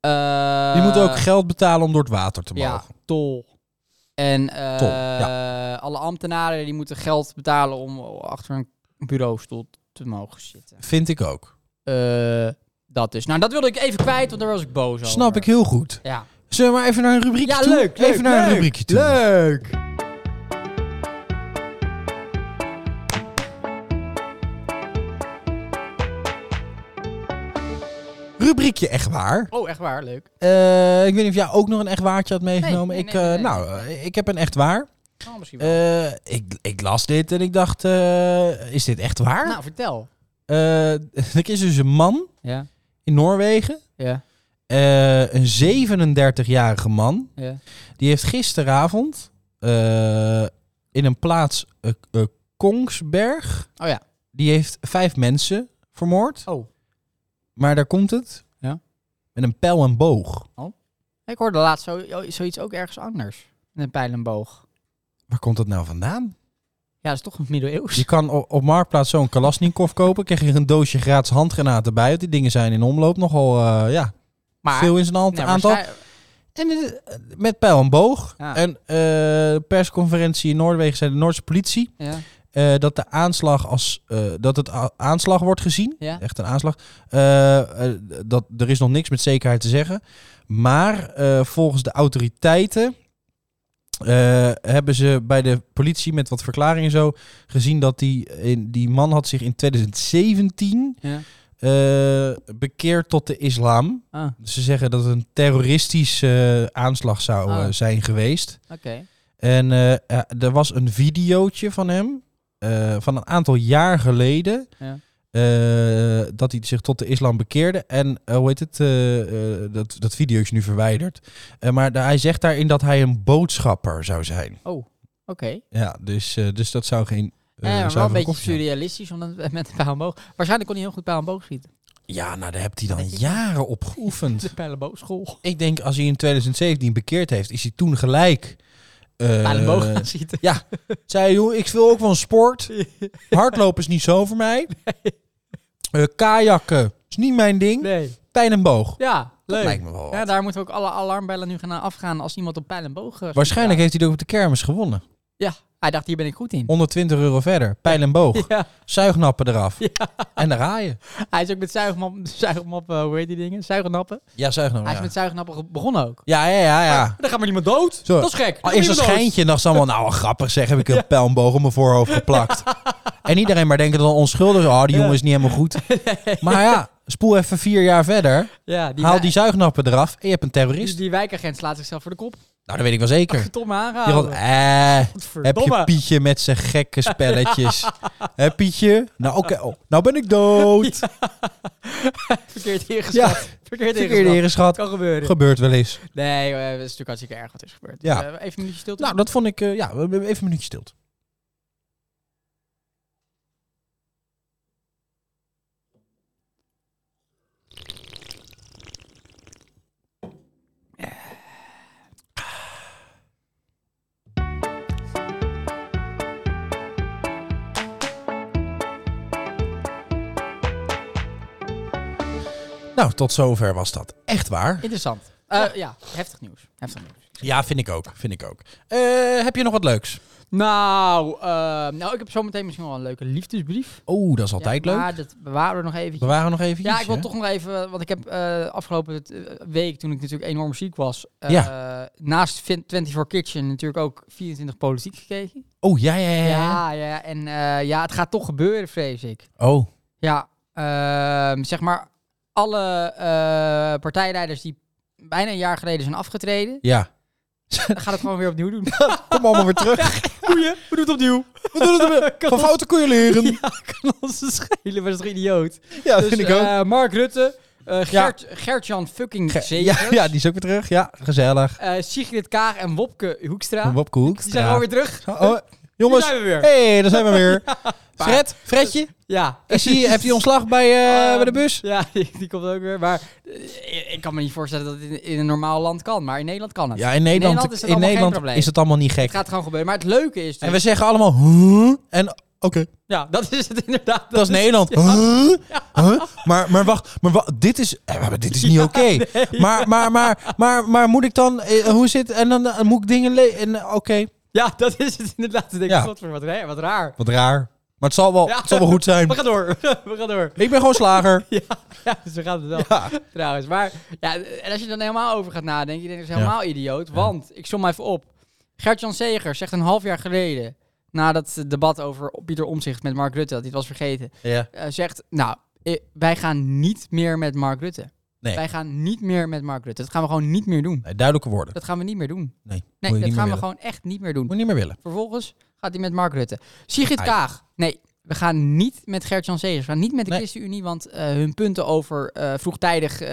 Speaker 2: Eh,
Speaker 1: die moet ook geld betalen om door het water te mogen.
Speaker 2: Ja, tol. En eh,
Speaker 1: Tol,
Speaker 2: alle ambtenaren die moeten geld betalen om achter een bureaustoel te mogen zitten.
Speaker 1: Vind ik ook.
Speaker 2: Eh, dat dus. Nou, dat wilde ik even kwijt, want daar was ik boos over.
Speaker 1: Snap ik heel goed.
Speaker 2: Ja.
Speaker 1: Zullen we maar even naar een rubriekje
Speaker 2: Ja,
Speaker 1: toe?
Speaker 2: leuk, leuk,
Speaker 1: Even naar een
Speaker 2: leuk,
Speaker 1: rubriekje toe.
Speaker 2: Leuk!
Speaker 1: rubriekje echt waar.
Speaker 2: Oh, echt waar, leuk.
Speaker 1: Eh, ik weet niet of jij ook nog een echt waartje had meegenomen.
Speaker 2: nee,
Speaker 1: ik,
Speaker 2: nee,
Speaker 1: eh,
Speaker 2: nee.
Speaker 1: Nou, eh, ik heb een echt waar.
Speaker 2: Oh, misschien wel.
Speaker 1: Eh, ik, ik las dit en ik dacht, eh, is dit echt waar?
Speaker 2: nou, vertel.
Speaker 1: Eh, (laughs) er is dus een man
Speaker 2: Ja,
Speaker 1: in Noorwegen,
Speaker 2: ja,
Speaker 1: eh, een 37-jarige man,
Speaker 2: ja.
Speaker 1: die heeft gisteravond eh, in een plaats eh, eh, Kongsberg,
Speaker 2: Oh ja.
Speaker 1: die heeft vijf mensen vermoord.
Speaker 2: Oh.
Speaker 1: Maar daar komt het.
Speaker 2: Ja.
Speaker 1: Met een pijl en boog.
Speaker 2: Ik hoorde laatst zo, oh, zoiets ook ergens anders. Met een pijl en boog.
Speaker 1: Waar komt dat nou vandaan?
Speaker 2: Ja, dat is toch een middeleeuws.
Speaker 1: Je kan op, op Marktplaats zo'n Kalasnikov kopen. Krijg je er een doosje gratis handgranaten bij. Want die dingen zijn in omloop nogal eh, ja,
Speaker 2: Maar,
Speaker 1: veel in zijn hand-
Speaker 2: nou,
Speaker 1: aantal.
Speaker 2: waarschijn-
Speaker 1: En eh, met pijl en boog.
Speaker 2: Ja.
Speaker 1: En eh, persconferentie in Noorwegen zei de Noorse politie
Speaker 2: Ja,
Speaker 1: eh, dat de aanslag als eh, dat het a- aanslag wordt gezien.
Speaker 2: ja.
Speaker 1: Echt een aanslag. Eh, eh, dat, er is nog niks met zekerheid te zeggen. Maar eh, volgens de autoriteiten eh, hebben ze bij de politie met wat verklaringen zo gezien dat die, in, die man had zich in 2017
Speaker 2: ja.
Speaker 1: eh, bekeerd tot de islam.
Speaker 2: Ah,
Speaker 1: Ze zeggen dat het een terroristische eh, aanslag zou
Speaker 2: Ah.
Speaker 1: eh, zijn geweest.
Speaker 2: oké.
Speaker 1: En eh, eh, er was een videootje van hem, eh, van een aantal jaar geleden,
Speaker 2: Ja.
Speaker 1: eh, dat hij zich tot de islam bekeerde. En eh, hoe heet het, eh, eh, dat, dat video is nu verwijderd. Eh, maar da- hij zegt daarin dat hij een boodschapper zou zijn.
Speaker 2: Oh, oké.
Speaker 1: Ja, dus, eh, dus dat zou geen... eh,
Speaker 2: Eh, maar wel
Speaker 1: zuivere
Speaker 2: een beetje
Speaker 1: koffie zijn.
Speaker 2: surrealistisch om dan met een pijl en boog. Waarschijnlijk kon hij heel goed pijl en boog schieten. (laughs)
Speaker 1: Ja, nou daar hebt hij dan jaren op geoefend.
Speaker 2: De pijl en boogschool.
Speaker 1: Ik denk als hij in 2017 bekeerd heeft, is hij toen gelijk... eh,
Speaker 2: Pijl en boog gaan schieten. (laughs)
Speaker 1: Zei, joh, ik wil ook wel een sport. Hardlopen is niet zo voor mij. Eh, kajakken is niet mijn ding.
Speaker 2: Nee.
Speaker 1: Pijn en boog.
Speaker 2: Ja,
Speaker 1: Dat
Speaker 2: leuk.
Speaker 1: lijkt me wel.
Speaker 2: Ja,
Speaker 1: wat.
Speaker 2: daar moeten we ook alle alarmbellen nu gaan afgaan als iemand op pijl en boog eh, schiet.
Speaker 1: Waarschijnlijk heeft hij het ook op de kermis gewonnen.
Speaker 2: Hij dacht, hier ben ik goed in.
Speaker 1: 120 euro verder. Pijl en boog.
Speaker 2: (laughs) Ja,
Speaker 1: Zuignappen eraf. En daar ga je.
Speaker 2: hij is ook met zuigmap, zuigmap eh, hoe heet die dingen? Zuignappen.
Speaker 1: Ja,
Speaker 2: Hij
Speaker 1: zuignappen.
Speaker 2: is
Speaker 1: Ja.
Speaker 2: met zuignappen ge- begonnen ook.
Speaker 1: ja, ja, ja. ja.
Speaker 2: Oh, Dan gaat maar niemand dood.
Speaker 1: Zo.
Speaker 2: Dat is gek.
Speaker 1: Al
Speaker 2: Dan
Speaker 1: eerst een
Speaker 2: gaat niemand dood.
Speaker 1: schijntje en dacht ze allemaal, nou grappig zeg, heb ik een pijl en boog op mijn
Speaker 2: (laughs)
Speaker 1: voorhoofd geplakt. En iedereen maar denkt dan onschuldig, oh die jongen is niet helemaal goed.
Speaker 2: (laughs)
Speaker 1: Maar ja, spoel even vier jaar verder,
Speaker 2: Ja, die,
Speaker 1: haal
Speaker 2: wij-
Speaker 1: die zuignappen eraf en je hebt een
Speaker 2: die,
Speaker 1: terrorist.
Speaker 2: die wijkagent slaat zichzelf voor de kop.
Speaker 1: Nou, dat weet ik wel zeker.
Speaker 2: (laughs) Tom
Speaker 1: Die had,
Speaker 2: aangehouden.
Speaker 1: eh, heb
Speaker 2: Godverdomme.
Speaker 1: je Pietje met zijn gekke spelletjes. Hè Pietje? Nou oké, oh, nou ben ik dood.
Speaker 2: Verkeerd
Speaker 1: Ja,
Speaker 2: ingeschat. Verkeerd
Speaker 1: verkeerde
Speaker 2: ingeschat.
Speaker 1: herenschat.
Speaker 2: Kan gebeuren.
Speaker 1: Gebeurt wel eens.
Speaker 2: Nee, eh, dat is natuurlijk hartstikke erg wat is gebeurd.
Speaker 1: Ja.
Speaker 2: Dus, eh, even een minuutje stilte.
Speaker 1: Nou, dat vond ik, eh, ja, we hebben even een minuutje stilte. Nou, tot zover was dat. Echt waar.
Speaker 2: Interessant. Eh, ja. heftig nieuws. Heftig nieuws.
Speaker 1: Ja, vind ik ook. Vind ik ook. Eh, heb je nog wat leuks?
Speaker 2: Nou, eh, nou, ik heb zometeen misschien wel een leuke liefdesbrief.
Speaker 1: Oh, dat is altijd
Speaker 2: Ja,
Speaker 1: leuk.
Speaker 2: Maar dat bewaren we nog eventjes.
Speaker 1: Bewaren we nog even
Speaker 2: Ja, ik wil toch nog even, want ik heb eh, afgelopen eh, week, toen ik natuurlijk enorm ziek was, eh, naast Vin- 24 Kitchen natuurlijk ook 24 politiek gekeken.
Speaker 1: Oh, ja, ja, ja.
Speaker 2: Ja,
Speaker 1: ja.
Speaker 2: ja, en eh, ja, het gaat toch gebeuren, vrees ik.
Speaker 1: Oh,
Speaker 2: Ja, ehm, zeg maar, alle eh, partijleiders die bijna een jaar geleden zijn
Speaker 1: (laughs)
Speaker 2: afgetreden,
Speaker 1: ja.
Speaker 2: dan gaat het gewoon weer opnieuw doen.
Speaker 1: Kom allemaal weer
Speaker 2: (laughs)
Speaker 1: terug.
Speaker 2: Boeien, (laughs) we doen het opnieuw.
Speaker 1: We doen het (laughs) weer. Van fouten kun je
Speaker 2: (laughs)
Speaker 1: leren. Ja,
Speaker 2: Ja, kan ons het schelen, maar dat is toch idioot. Dus,
Speaker 1: vind ik ook.
Speaker 2: eh, Mark Rutte, eh, Gert, Gert-Jan fucking
Speaker 1: Ge-
Speaker 2: Zegers.
Speaker 1: ja, ja, die is ook weer terug. Ja, gezellig.
Speaker 2: eh, Sigrid Kaag en Wopke Hoekstra.
Speaker 1: Wopke Hoekstra.
Speaker 2: Die zijn gewoon weer terug.
Speaker 1: Oh, jongens. eh,
Speaker 2: Hier zijn we weer.
Speaker 1: Hé, hey, daar zijn we
Speaker 2: (laughs)
Speaker 1: weer. Fred, Fredje,
Speaker 2: Ja.
Speaker 1: is die, heeft hij ontslag bij, eh, bij de bus?
Speaker 2: (laughs) Ja, die, die komt ook weer. Maar eh, ik kan me niet voorstellen dat het in, in een normaal land kan. Maar in Nederland kan het.
Speaker 1: Ja, in
Speaker 2: Nederland
Speaker 1: Nederland,
Speaker 2: is het
Speaker 1: in
Speaker 2: allemaal geen
Speaker 1: Nederland
Speaker 2: probleem.
Speaker 1: is het allemaal niet gek.
Speaker 2: Het gaat gewoon gebeuren. Maar het leuke is dus...
Speaker 1: En we zeggen allemaal... Huh? En oké,
Speaker 2: Ja, dat is het inderdaad.
Speaker 1: dat is Nederland. Huh? Huh? Maar, maar wacht, maar wa- dit is, eh, maar dit is niet oké. Maar, maar, maar, maar, maar moet ik dan... eh, hoe zit... En dan eh, moet ik dingen... le- en, eh, Oké.
Speaker 2: Ja, dat is het inderdaad. Ik denk,
Speaker 1: Ja.
Speaker 2: godver, wat, raar, wat raar.
Speaker 1: Wat raar. Maar het zal wel,
Speaker 2: Ja.
Speaker 1: het zal wel goed zijn.
Speaker 2: We gaan door. (laughs) we gaan door.
Speaker 1: Ik ben gewoon slager.
Speaker 2: Ja, dus we gaan het wel.
Speaker 1: Ja.
Speaker 2: Trouwens, maar ja, en als je dan helemaal over gaat nadenken, je denkt dat is helemaal idioot. Want ik som maar even op. Gert-Jan Seger zegt een half jaar geleden, na dat debat over Pieter Omzicht met Mark Rutte, dat hij het was vergeten,
Speaker 1: ja.
Speaker 2: eh, zegt: Nou, eh, wij gaan niet meer met Mark Rutte.
Speaker 1: Nee.
Speaker 2: Wij gaan niet meer met Mark Rutte. Dat gaan we gewoon niet meer doen.
Speaker 1: Nee, duidelijke woorden.
Speaker 2: Dat gaan we niet meer doen.
Speaker 1: Nee,
Speaker 2: Nee,
Speaker 1: moet je
Speaker 2: dat
Speaker 1: niet meer
Speaker 2: gaan we
Speaker 1: willen.
Speaker 2: gewoon echt niet meer doen.
Speaker 1: Moet je niet meer willen.
Speaker 2: Vervolgens gaat hij met Mark Rutte. Sigrid
Speaker 1: Ai.
Speaker 2: Kaag. Nee, we gaan niet met Gert-Jan Segers. We gaan niet met de
Speaker 1: Nee.
Speaker 2: ChristenUnie, want eh, hun punten over eh, vroegtijdig eh,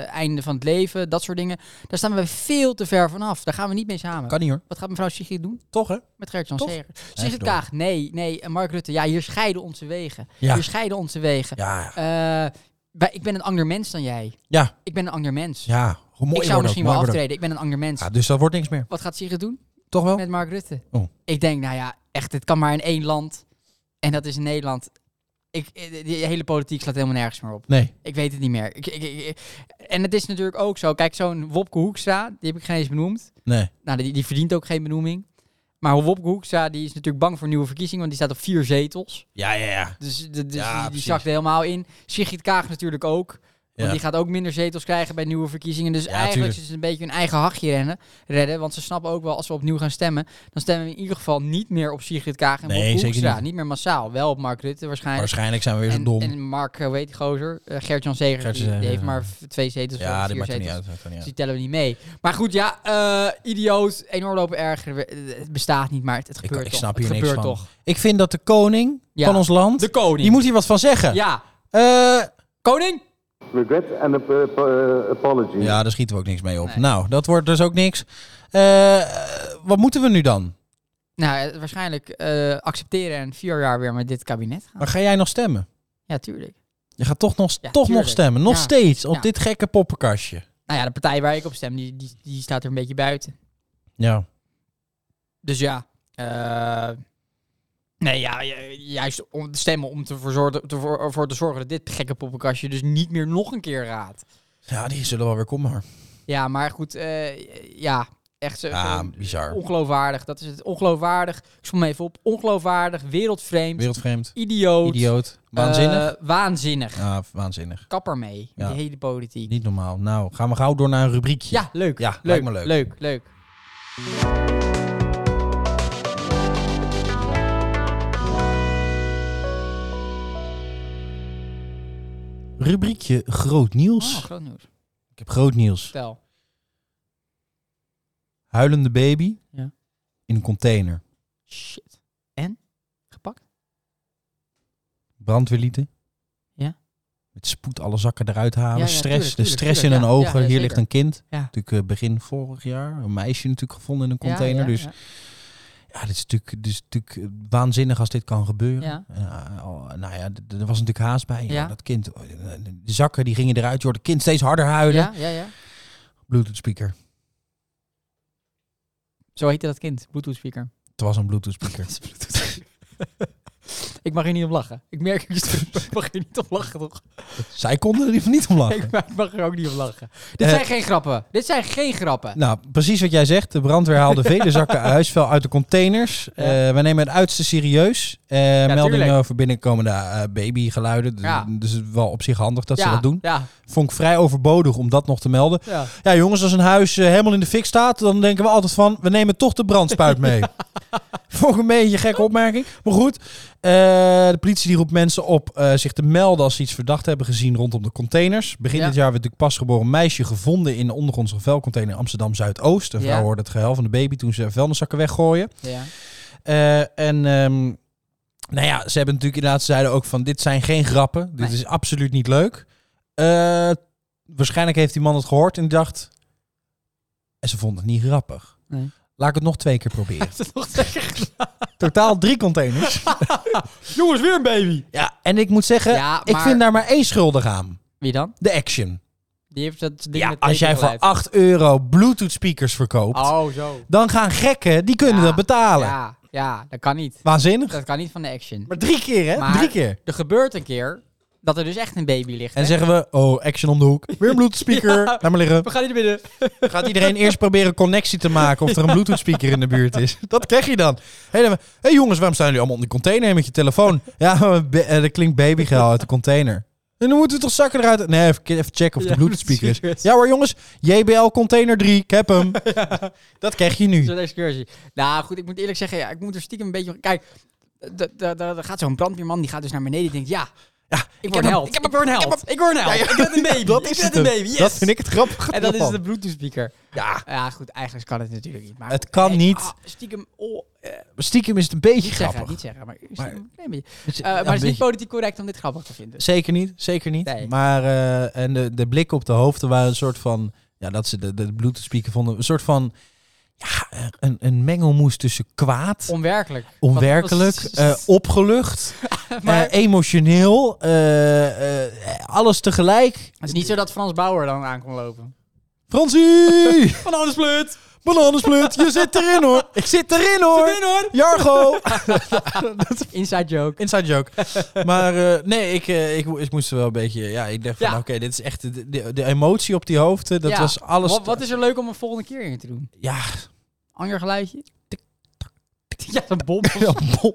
Speaker 2: eh, einde van het leven, dat soort dingen, daar staan we veel te ver vanaf. Daar gaan we niet mee samen.
Speaker 1: Kan niet hoor.
Speaker 2: Wat gaat mevrouw Sigrid doen
Speaker 1: Toch hè?
Speaker 2: met Gert-Jan
Speaker 1: Toch?
Speaker 2: Segers?
Speaker 1: verdorie.
Speaker 2: Sigrid Kaag. Nee, nee. En Mark Rutte. Ja, hier scheiden onze wegen.
Speaker 1: Ja.
Speaker 2: Hier scheiden onze wegen.
Speaker 1: Ja,
Speaker 2: Eh, wij- ik ben een ander mens dan jij.
Speaker 1: ja,
Speaker 2: Ik ben een ander mens.
Speaker 1: ja. Hoe mooi
Speaker 2: ik zou misschien wel aftreden. Ik ben een ander mens.
Speaker 1: Ja, dus dat wordt niks meer.
Speaker 2: Wat gaat Sigrid doen?
Speaker 1: Toch wel?
Speaker 2: met Mark Rutte.
Speaker 1: Oh.
Speaker 2: Ik denk, nou ja, echt, het kan maar in één land. En dat is in Nederland. Ik, eh, die hele politiek slaat helemaal nergens meer op.
Speaker 1: Nee.
Speaker 2: Ik weet het niet meer. Ik, ik, ik- en het is natuurlijk ook zo. Kijk, zo'n Wopke Hoekstra, die heb ik geen eens benoemd.
Speaker 1: Nee.
Speaker 2: Nou, die, die verdient ook geen benoeming. Maar Wopke Hoekstra, die is natuurlijk bang voor nieuwe verkiezingen, want die staat op vier zetels.
Speaker 1: Ja, ja, ja.
Speaker 2: Dus, de- dus
Speaker 1: Ja,
Speaker 2: die, die
Speaker 1: precies.
Speaker 2: zakt er helemaal in. Sigrid Kaag natuurlijk ook. Want
Speaker 1: Ja.
Speaker 2: die gaat ook minder zetels krijgen bij nieuwe verkiezingen. Dus
Speaker 1: Ja,
Speaker 2: eigenlijk
Speaker 1: tuurlijk.
Speaker 2: is het een beetje hun eigen hachje rennen, redden. Want ze snappen ook wel, als we opnieuw gaan stemmen... dan stemmen we in ieder geval niet meer op Sigrid Kaag en
Speaker 1: Nee,
Speaker 2: Bob
Speaker 1: zeker
Speaker 2: Hoekstra.
Speaker 1: niet.
Speaker 2: Niet meer massaal. Wel op Mark Rutte waarschijnlijk.
Speaker 1: Waarschijnlijk zijn we weer zo
Speaker 2: en,
Speaker 1: dom.
Speaker 2: en Mark, eh, hoe heet die gozer? Eh, Gert-Jan Segers.
Speaker 1: Gert-Jan
Speaker 2: die,
Speaker 1: Segers,
Speaker 2: die heeft
Speaker 1: ja.
Speaker 2: maar v- twee zetels. of
Speaker 1: ja,
Speaker 2: vier
Speaker 1: dat maakt er niet
Speaker 2: zetels.
Speaker 1: uit. maakt er niet
Speaker 2: Dus
Speaker 1: uit.
Speaker 2: die tellen we niet mee. Maar goed, ja, eh, idioot. Enorm lopen erger. Eh, Het bestaat niet, maar het, het
Speaker 1: Ik,
Speaker 2: gebeurt
Speaker 1: ik
Speaker 2: toch.
Speaker 1: snap
Speaker 2: het
Speaker 1: hier niks
Speaker 2: gebeurt
Speaker 1: van.
Speaker 2: toch.
Speaker 1: Ik vind dat de koning
Speaker 2: Ja.
Speaker 1: van ons land,
Speaker 2: De koning.
Speaker 1: die moet hier wat van zeggen. Eh, Ja,
Speaker 2: Ja. Koning?
Speaker 3: Regret and ap- ap- uh, apology.
Speaker 1: ja daar schieten we ook niks mee op.
Speaker 2: Nee.
Speaker 1: Nou, dat wordt dus ook niks. Eh, wat moeten we nu dan?
Speaker 2: Nou, eh, waarschijnlijk eh, accepteren en vier jaar weer met dit kabinet gaan.
Speaker 1: Maar ga jij nog stemmen?
Speaker 2: Ja, tuurlijk.
Speaker 1: Je gaat toch nog,
Speaker 2: Ja,
Speaker 1: toch nog
Speaker 2: tuurlijk.
Speaker 1: stemmen. Nog
Speaker 2: Ja.
Speaker 1: steeds op
Speaker 2: Ja.
Speaker 1: dit gekke poppenkastje.
Speaker 2: Nou ja, de partij waar ik op stem, die, die, die staat er een beetje buiten.
Speaker 1: Ja.
Speaker 2: Dus ja, eh, nee, ja, ju- juist om te stemmen om te verzorgen, te voor, ervoor te zorgen dat dit gekke poppenkastje dus niet meer nog een keer raadt.
Speaker 1: Ja, die zullen wel weer komen hoor.
Speaker 2: Ja, maar goed, eh, ja, echt zo,
Speaker 1: Ja,
Speaker 2: zo
Speaker 1: Ah, bizar.
Speaker 2: oh. ongeloofwaardig. Dat is het, ongeloofwaardig. Ik som even op, ongeloofwaardig, wereldvreemd,
Speaker 1: Wereldvreemd.
Speaker 2: idioot,
Speaker 1: Idioot.
Speaker 2: eh,
Speaker 1: Waanzinnig.
Speaker 2: waanzinnig.
Speaker 1: ja, waanzinnig.
Speaker 2: Kapper mee,
Speaker 1: Ja.
Speaker 2: die hele politiek.
Speaker 1: Niet normaal. Nou, gaan we gauw door naar een rubriekje.
Speaker 2: Ja, leuk.
Speaker 1: Ja,
Speaker 2: leuk,
Speaker 1: lijkt me leuk.
Speaker 2: Leuk, leuk.
Speaker 1: Rubriekje groot nieuws.
Speaker 2: Oh, groot nieuws.
Speaker 1: Ik heb groot nieuws.
Speaker 2: Stel.
Speaker 1: Huilende baby
Speaker 2: Ja.
Speaker 1: in een container.
Speaker 2: Shit. En? Gepakt?
Speaker 1: Brandweerlieten.
Speaker 2: Ja.
Speaker 1: Met spoed alle zakken eruit halen.
Speaker 2: Ja, ja,
Speaker 1: stress.
Speaker 2: tuurlijk,
Speaker 1: de
Speaker 2: tuurlijk,
Speaker 1: stress
Speaker 2: tuurlijk,
Speaker 1: in
Speaker 2: ja.
Speaker 1: hun
Speaker 2: Ja,
Speaker 1: ogen.
Speaker 2: ja,
Speaker 1: Hier
Speaker 2: zeker.
Speaker 1: ligt een kind.
Speaker 2: Ja.
Speaker 1: Natuurlijk eh, begin vorig jaar. Een meisje natuurlijk gevonden in een container.
Speaker 2: Ja, ja,
Speaker 1: dus
Speaker 2: ja.
Speaker 1: Ja, dit is natuurlijk, dit is natuurlijk eh, waanzinnig als dit kan gebeuren.
Speaker 2: Ja.
Speaker 1: Eh, al- nou ja, d- d- er was natuurlijk haast bij. Ja,
Speaker 2: Ja.
Speaker 1: Dat kind, eh, de zakken die gingen eruit. Je hoorde het kind steeds harder huilen.
Speaker 2: Ja, ja, ja.
Speaker 1: Bluetooth speaker.
Speaker 2: Zo heette dat kind. Bluetooth speaker.
Speaker 1: Het was een Bluetooth
Speaker 2: (laughs)
Speaker 1: speaker.
Speaker 2: ik mag hier niet om lachen. Ik merk het. (laughs) Ik mag hier niet om lachen, toch?
Speaker 1: Zij konden er niet om lachen.
Speaker 2: Ik mag- ik mag er ook niet om lachen. Dit
Speaker 1: Eh.
Speaker 2: zijn geen grappen. Dit zijn geen grappen.
Speaker 1: Nou, precies wat jij zegt. De brandweer
Speaker 2: (laughs)
Speaker 1: haalde vele zakken huisvuil uit de containers. Eh, we nemen het uiterste serieus. Eh, meldingen
Speaker 2: tuurlijk.
Speaker 1: over binnenkomende eh, babygeluiden. Dus-
Speaker 2: Ja.
Speaker 1: Dus het is wel op zich handig dat
Speaker 2: ja,
Speaker 1: ze dat doen.
Speaker 2: Ja,
Speaker 1: Vond ik vrij overbodig om dat nog te melden.
Speaker 2: ja.
Speaker 1: Ja, jongens, als een huis eh, helemaal in de fik staat, dan denken we altijd van, we nemen toch de brandspuit
Speaker 2: (laughs)
Speaker 1: mee. Vond ik een beetje een gekke opmerking. Maar goed, eh, de politie die roept mensen op eh, zich te melden als ze iets verdacht hebben gezien rondom de containers. Begin
Speaker 2: Ja.
Speaker 1: dit jaar werd natuurlijk pasgeboren meisje gevonden in de ondergrondse vuilcontainer in Amsterdam Zuidoost. Een vrouw
Speaker 2: Ja.
Speaker 1: hoorde het gehuil van de baby toen ze vuilniszakken weggooien.
Speaker 2: (laughs) ja.
Speaker 1: Eh, en ehm, nou ja, ze hebben natuurlijk inderdaad, ze zeiden ook van dit zijn geen grappen. Dit
Speaker 2: Nee.
Speaker 1: is absoluut niet leuk. Eh, waarschijnlijk heeft die man het gehoord en dacht. En ze vond het niet grappig.
Speaker 2: Nee.
Speaker 1: Laat ik het nog twee keer
Speaker 2: (laughs)
Speaker 1: proberen.
Speaker 2: Is het nog zeggen?
Speaker 1: Totaal drie containers.
Speaker 2: Jongens, weer een baby.
Speaker 1: (laughs) ja, en ik moet zeggen,
Speaker 2: Ja,
Speaker 1: Eh, ik
Speaker 2: maar-
Speaker 1: vind daar maar één schuldig aan.
Speaker 2: Wie dan?
Speaker 1: De action.
Speaker 2: Die heeft dat ding
Speaker 1: Ja,
Speaker 2: met
Speaker 1: als jij
Speaker 2: teken
Speaker 1: voor 8 euro Bluetooth speakers verkoopt,
Speaker 2: Oh, zo.
Speaker 1: dan gaan gekken, die kunnen
Speaker 2: Ja,
Speaker 1: dat betalen.
Speaker 2: Ja, ja, dat kan niet.
Speaker 1: Waanzinnig.
Speaker 2: Dat kan niet van de action.
Speaker 1: Maar drie keer, hè?
Speaker 2: Maar-
Speaker 1: Drie keer.
Speaker 2: Er gebeurt een keer dat er dus echt een baby ligt.
Speaker 1: En
Speaker 2: hè?
Speaker 1: zeggen we, oh, action om de hoek. Weer een Bluetooth speaker.
Speaker 2: (laughs) Ja.
Speaker 1: Laat maar liggen.
Speaker 2: We gaan niet naar binnen.
Speaker 1: Gaat iedereen eerst proberen connectie te maken of er een Bluetooth speaker in de buurt is? (laughs) Dat krijg je dan. Hé hey, dan- hey jongens, waarom staan jullie allemaal in de container met je telefoon? Ja, (laughs) be- eh, er klinkt babygehaal uit de container. En dan moeten we toch zakken eruit. Nee, even, even checken of de
Speaker 2: Ja,
Speaker 1: Bluetooth speaker is.
Speaker 2: precies.
Speaker 1: Ja hoor jongens, JBL container 3, ik heb
Speaker 2: (laughs)
Speaker 1: hem. Dat krijg je nu.
Speaker 2: Zo'n excursie. Nou goed, ik moet eerlijk zeggen, ja, ik moet er stiekem een beetje... Kijk, d- d- d- daar gaat zo'n brandweerman, die gaat dus naar beneden. Die denkt, ja, Ik
Speaker 1: heb
Speaker 2: word een
Speaker 1: hem,
Speaker 2: held.
Speaker 1: ik
Speaker 2: Ik,
Speaker 1: heb hem,
Speaker 2: word een
Speaker 1: ik heb
Speaker 2: held. Ik word een held. Ik
Speaker 1: (laughs)
Speaker 2: ben een baby.
Speaker 1: Dat
Speaker 2: ik
Speaker 1: is
Speaker 2: ben
Speaker 1: het
Speaker 2: een
Speaker 1: hem.
Speaker 2: baby. Yes.
Speaker 1: Dat vind ik het grappige
Speaker 2: en dat is
Speaker 1: ervan.
Speaker 2: de Bluetooth speaker.
Speaker 1: Ja,
Speaker 2: Ja, goed. Eigenlijk kan het natuurlijk niet. Maar
Speaker 1: Het kan
Speaker 2: Hey,
Speaker 1: niet.
Speaker 2: ah, stiekem. Oh, eh,
Speaker 1: stiekem is het een beetje
Speaker 2: niet zeggen,
Speaker 1: grappig.
Speaker 2: niet zeggen. Maar, stiekem
Speaker 1: Maar-
Speaker 2: een klein beetje. Eh,
Speaker 1: Het is- ja, een
Speaker 2: maar het is niet
Speaker 1: beetje.
Speaker 2: politiek correct om dit grappig te vinden.
Speaker 1: Zeker niet, zeker niet.
Speaker 2: Nee.
Speaker 1: Maar eh, en de, de blik op de hoofden waren een soort van, ja, dat ze de, de Bluetooth speaker vonden, een soort van, ja, een, een mengelmoes tussen kwaad,
Speaker 2: Onwerkelijk.
Speaker 1: onwerkelijk,
Speaker 2: Wat- (laughs)
Speaker 1: eh, opgelucht,
Speaker 2: maar
Speaker 1: eh, emotioneel, eh, eh, alles tegelijk.
Speaker 2: het is niet zo dat Frans Bauer dan aan kon lopen.
Speaker 1: Fransie, (laughs)
Speaker 2: Van alles pleut.
Speaker 1: bananensplut, je zit erin hoor. Ik zit erin hoor.
Speaker 2: hoor.
Speaker 1: Jargo.
Speaker 2: Inside joke.
Speaker 1: Inside joke. (laughs) maar eh, nee, ik, eh, ik, mo- ik moest er wel een beetje... Ja, ik dacht van,
Speaker 2: Ja.
Speaker 1: oké, dit is echt... De, de, de emotie op die hoofden, dat
Speaker 2: Ja.
Speaker 1: was alles...
Speaker 2: Wat, wat is er leuk om een volgende keer in te doen?
Speaker 1: Ja,
Speaker 2: Ander geluidje? (laughs) Ja, een bom.
Speaker 1: (laughs) een bom.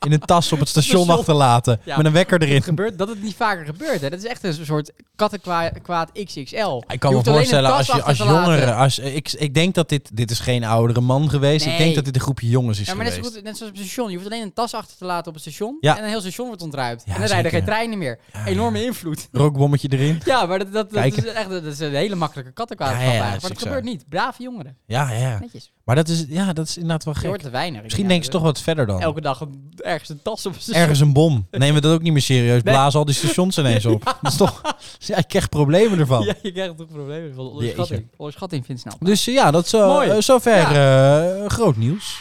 Speaker 1: In een tas op het station
Speaker 2: Station.
Speaker 1: achterlaten.
Speaker 2: Ja.
Speaker 1: Met een wekker erin.
Speaker 2: Het gebeurt, dat het niet vaker gebeurt. Hè. Dat is echt een soort kattenkwaad XXL.
Speaker 1: Ik kan me
Speaker 2: Je hoeft alleen
Speaker 1: voorstellen,
Speaker 2: een
Speaker 1: als,
Speaker 2: tas
Speaker 1: je, als
Speaker 2: achter te laten.
Speaker 1: jongere... Als, eh, ik, ik denk dat dit... Dit is geen oudere man geweest. Ik
Speaker 2: Nee.
Speaker 1: denk dat dit een groepje jongens is
Speaker 2: Ja, maar net,
Speaker 1: geweest.
Speaker 2: zo goed, net zoals op het station. Je hoeft alleen een tas achter te laten op het station.
Speaker 1: Ja.
Speaker 2: En een heel station wordt ontruimd.
Speaker 1: Ja,
Speaker 2: en dan rijden
Speaker 1: zeker.
Speaker 2: geen treinen meer.
Speaker 1: Ja,
Speaker 2: Enorme invloed. (laughs)
Speaker 1: Rookbommetje erin.
Speaker 2: Ja, maar dat, dat, dat,
Speaker 1: Kijk.
Speaker 2: is, echt, dat is een hele makkelijke kattenkwaad.
Speaker 1: Ja, ja, ja,
Speaker 2: maar
Speaker 1: dat is
Speaker 2: dat
Speaker 1: ook zo.
Speaker 2: gebeurt niet. Brave jongeren.
Speaker 1: Ja, ja.
Speaker 2: Netjes.
Speaker 1: Maar dat is, ja, dat is inderdaad wel
Speaker 2: Je hoort
Speaker 1: gek.
Speaker 2: te weinig.
Speaker 1: Misschien
Speaker 2: Ja,
Speaker 1: denken ze
Speaker 2: dat-
Speaker 1: toch wat verder dan.
Speaker 2: Elke dag een- ergens een tas op het station. (laughs)
Speaker 1: Ergens een bom. Nemen we dat ook niet meer serieus.
Speaker 2: Dus- Nee.
Speaker 1: Blazen al die stations ineens
Speaker 2: (laughs)
Speaker 1: op. Dat is toch... Ja, ik krijg problemen ervan.
Speaker 2: Ja, je krijgt toch problemen van onderschatting. Onderschatting vindt snel.
Speaker 1: Dus eh, ja, dat is eh,
Speaker 2: Mooi.
Speaker 1: eh, zover eh, groot nieuws.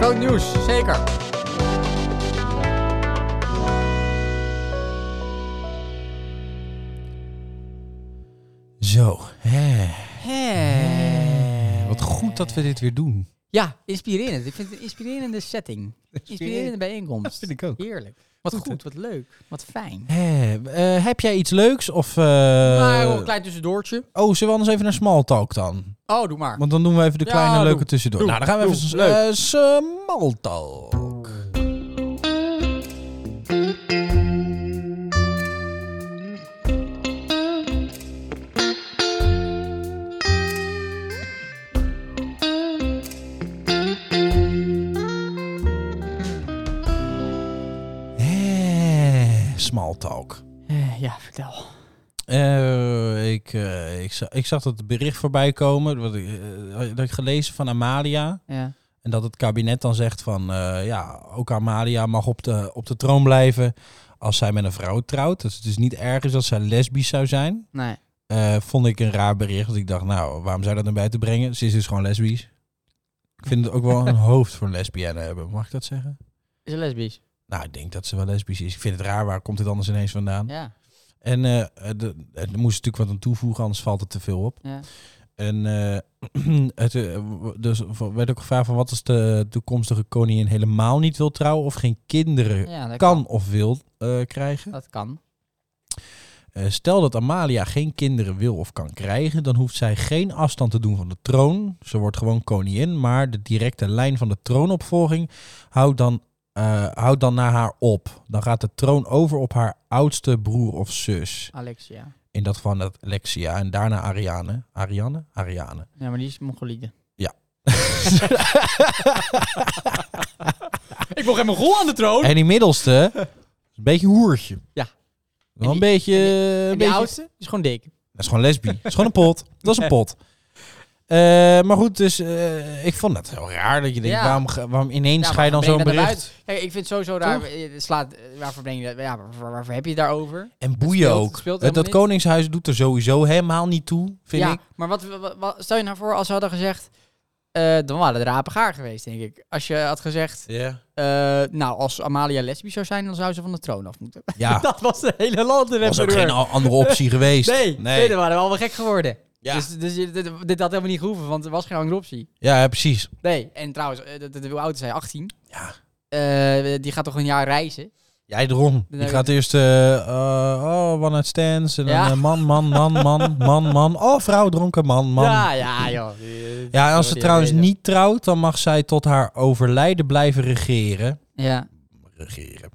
Speaker 2: Groot nieuws, zeker.
Speaker 1: Zo. Hè.
Speaker 2: Hè.
Speaker 1: Wat goed dat we dit weer doen.
Speaker 2: Ja, inspirerend. Ik vind het een inspirerende setting. Inspirerende bijeenkomst.
Speaker 1: ik ook.
Speaker 2: Heerlijk. Wat
Speaker 1: Goed, hè?
Speaker 2: goed, wat leuk, wat fijn.
Speaker 1: Hè, eh, heb jij iets leuks? Of, eh,
Speaker 2: Maar Nou, een klein tussendoortje.
Speaker 1: Oh, zullen we anders even naar Small Talk dan?
Speaker 2: Oh, doe maar.
Speaker 1: Want dan doen we even de
Speaker 2: Ja,
Speaker 1: kleine
Speaker 2: doe.
Speaker 1: leuke tussendoor.
Speaker 2: Doe.
Speaker 1: nou, dan gaan we
Speaker 2: Doe.
Speaker 1: even
Speaker 2: Leuk.
Speaker 1: eh, Small Talk. Hè, Small Talk.
Speaker 2: Eh, ja, vertel.
Speaker 1: Eh, ik, eh, ik, za- ik zag dat bericht voorbij komen. Wat, ik, eh, dat ik gelezen van Amalia.
Speaker 2: Ja.
Speaker 1: En dat het kabinet dan zegt van... eh, ja, ook Amalia mag op de, op de troon blijven als zij met een vrouw trouwt. Dus het is niet erg is dat zij lesbisch zou zijn.
Speaker 2: Nee.
Speaker 1: Eh, vond ik een raar bericht. Want ik dacht, nou, waarom zou je dat naar buiten brengen? Ze is dus gewoon lesbisch. Ik vind het ook wel een hoofd voor een lesbienne hebben. Mag ik dat zeggen?
Speaker 2: Is een lesbisch.
Speaker 1: Nou, ik denk dat ze wel lesbisch is. Ik vind het raar. Waar komt dit anders ineens vandaan?
Speaker 2: Ja.
Speaker 1: En eh, eh, de- er moest natuurlijk wat aan toevoegen, anders valt het te veel op.
Speaker 2: ja.
Speaker 1: En eh, (clears throat) het, eh, w- dus v- werd ook gevraagd van wat als de toekomstige koningin helemaal niet wil trouwen of geen kinderen
Speaker 2: ja dat
Speaker 1: kan of wil eh, krijgen.
Speaker 2: Dat kan.
Speaker 1: Eh, stel dat Amalia geen kinderen wil of kan krijgen, dan hoeft zij geen afstand te doen van de troon. Ze wordt gewoon koningin, maar de directe lijn van de troonopvolging houdt dan, eh, houdt dan naar haar op. Dan gaat de troon over op haar oudste broer of zus.
Speaker 2: Alexia.
Speaker 1: In dat van dat Lexia en daarna Ariane. Ariane? Ariane.
Speaker 2: Ja, maar die is Mongoliede. Ik wil geen Mongool aan de (laughs) troon.
Speaker 1: en die middelste is een beetje een hoertje.
Speaker 2: Ja.
Speaker 1: Wel
Speaker 2: En
Speaker 1: een
Speaker 2: die-
Speaker 1: beetje...
Speaker 2: en
Speaker 1: een
Speaker 2: En die
Speaker 1: beetje
Speaker 2: oudste is gewoon dik.
Speaker 1: Dat is gewoon lesbi. Dat is gewoon een pot. Dat is een pot. Eh, maar goed, dus eh, ik vond het heel raar dat je denkt,
Speaker 2: Ja.
Speaker 1: waarom, ge- waarom ineens
Speaker 2: Ja,
Speaker 1: ga je dan
Speaker 2: waarom
Speaker 1: zo'n
Speaker 2: ben je daar
Speaker 1: bericht?
Speaker 2: Kijk, ik vind sowieso raar. eh, Slaat, eh, waarvoor breng je dat? Ja, waar- waar- waarvoor heb je het daarover?
Speaker 1: En boeien
Speaker 2: speelt-
Speaker 1: ook.
Speaker 2: het speelt
Speaker 1: dat
Speaker 2: helemaal niet.
Speaker 1: koningshuis doet er sowieso helemaal niet toe, vind
Speaker 2: ja,
Speaker 1: ik.
Speaker 2: maar wat, wat, wat- stel je nou voor als ze hadden gezegd... eh, dan waren het rapen gaar geweest, denk ik. Als je had gezegd...
Speaker 1: Ja.
Speaker 2: eh, nou, als Amalia lesbisch zou zijn, dan zou ze van de troon af moeten.
Speaker 1: Ja,
Speaker 2: (laughs) dat was de hele land in
Speaker 1: Ah. was ook geen a- andere optie geweest.
Speaker 2: Nee, nee.
Speaker 1: nee.
Speaker 2: dan waren we allemaal gek geworden.
Speaker 1: Ja.
Speaker 2: Dus, dus je- dit, dit had helemaal niet gehoeven, want er was geen andere optie.
Speaker 1: Ja, precies.
Speaker 2: Nee, en trouwens, eh, dat- dat- hoe oud is hij? 18?
Speaker 1: Ja.
Speaker 2: Eh, die gaat toch een jaar reizen?
Speaker 1: Jij erom.
Speaker 2: Dan
Speaker 1: Je
Speaker 2: heb
Speaker 1: gaat eerst, eh eh, oh, one night stands. En dan
Speaker 2: Ja.
Speaker 1: eh, man, man, man, man, man, man. Oh, vrouw dronken, man, man. Ja,
Speaker 2: Ja, ja, joh. eh,
Speaker 1: en als ze trouwens niet trouwt, dan mag zij tot haar overlijden blijven regeren.
Speaker 2: Ja.
Speaker 1: Regeren.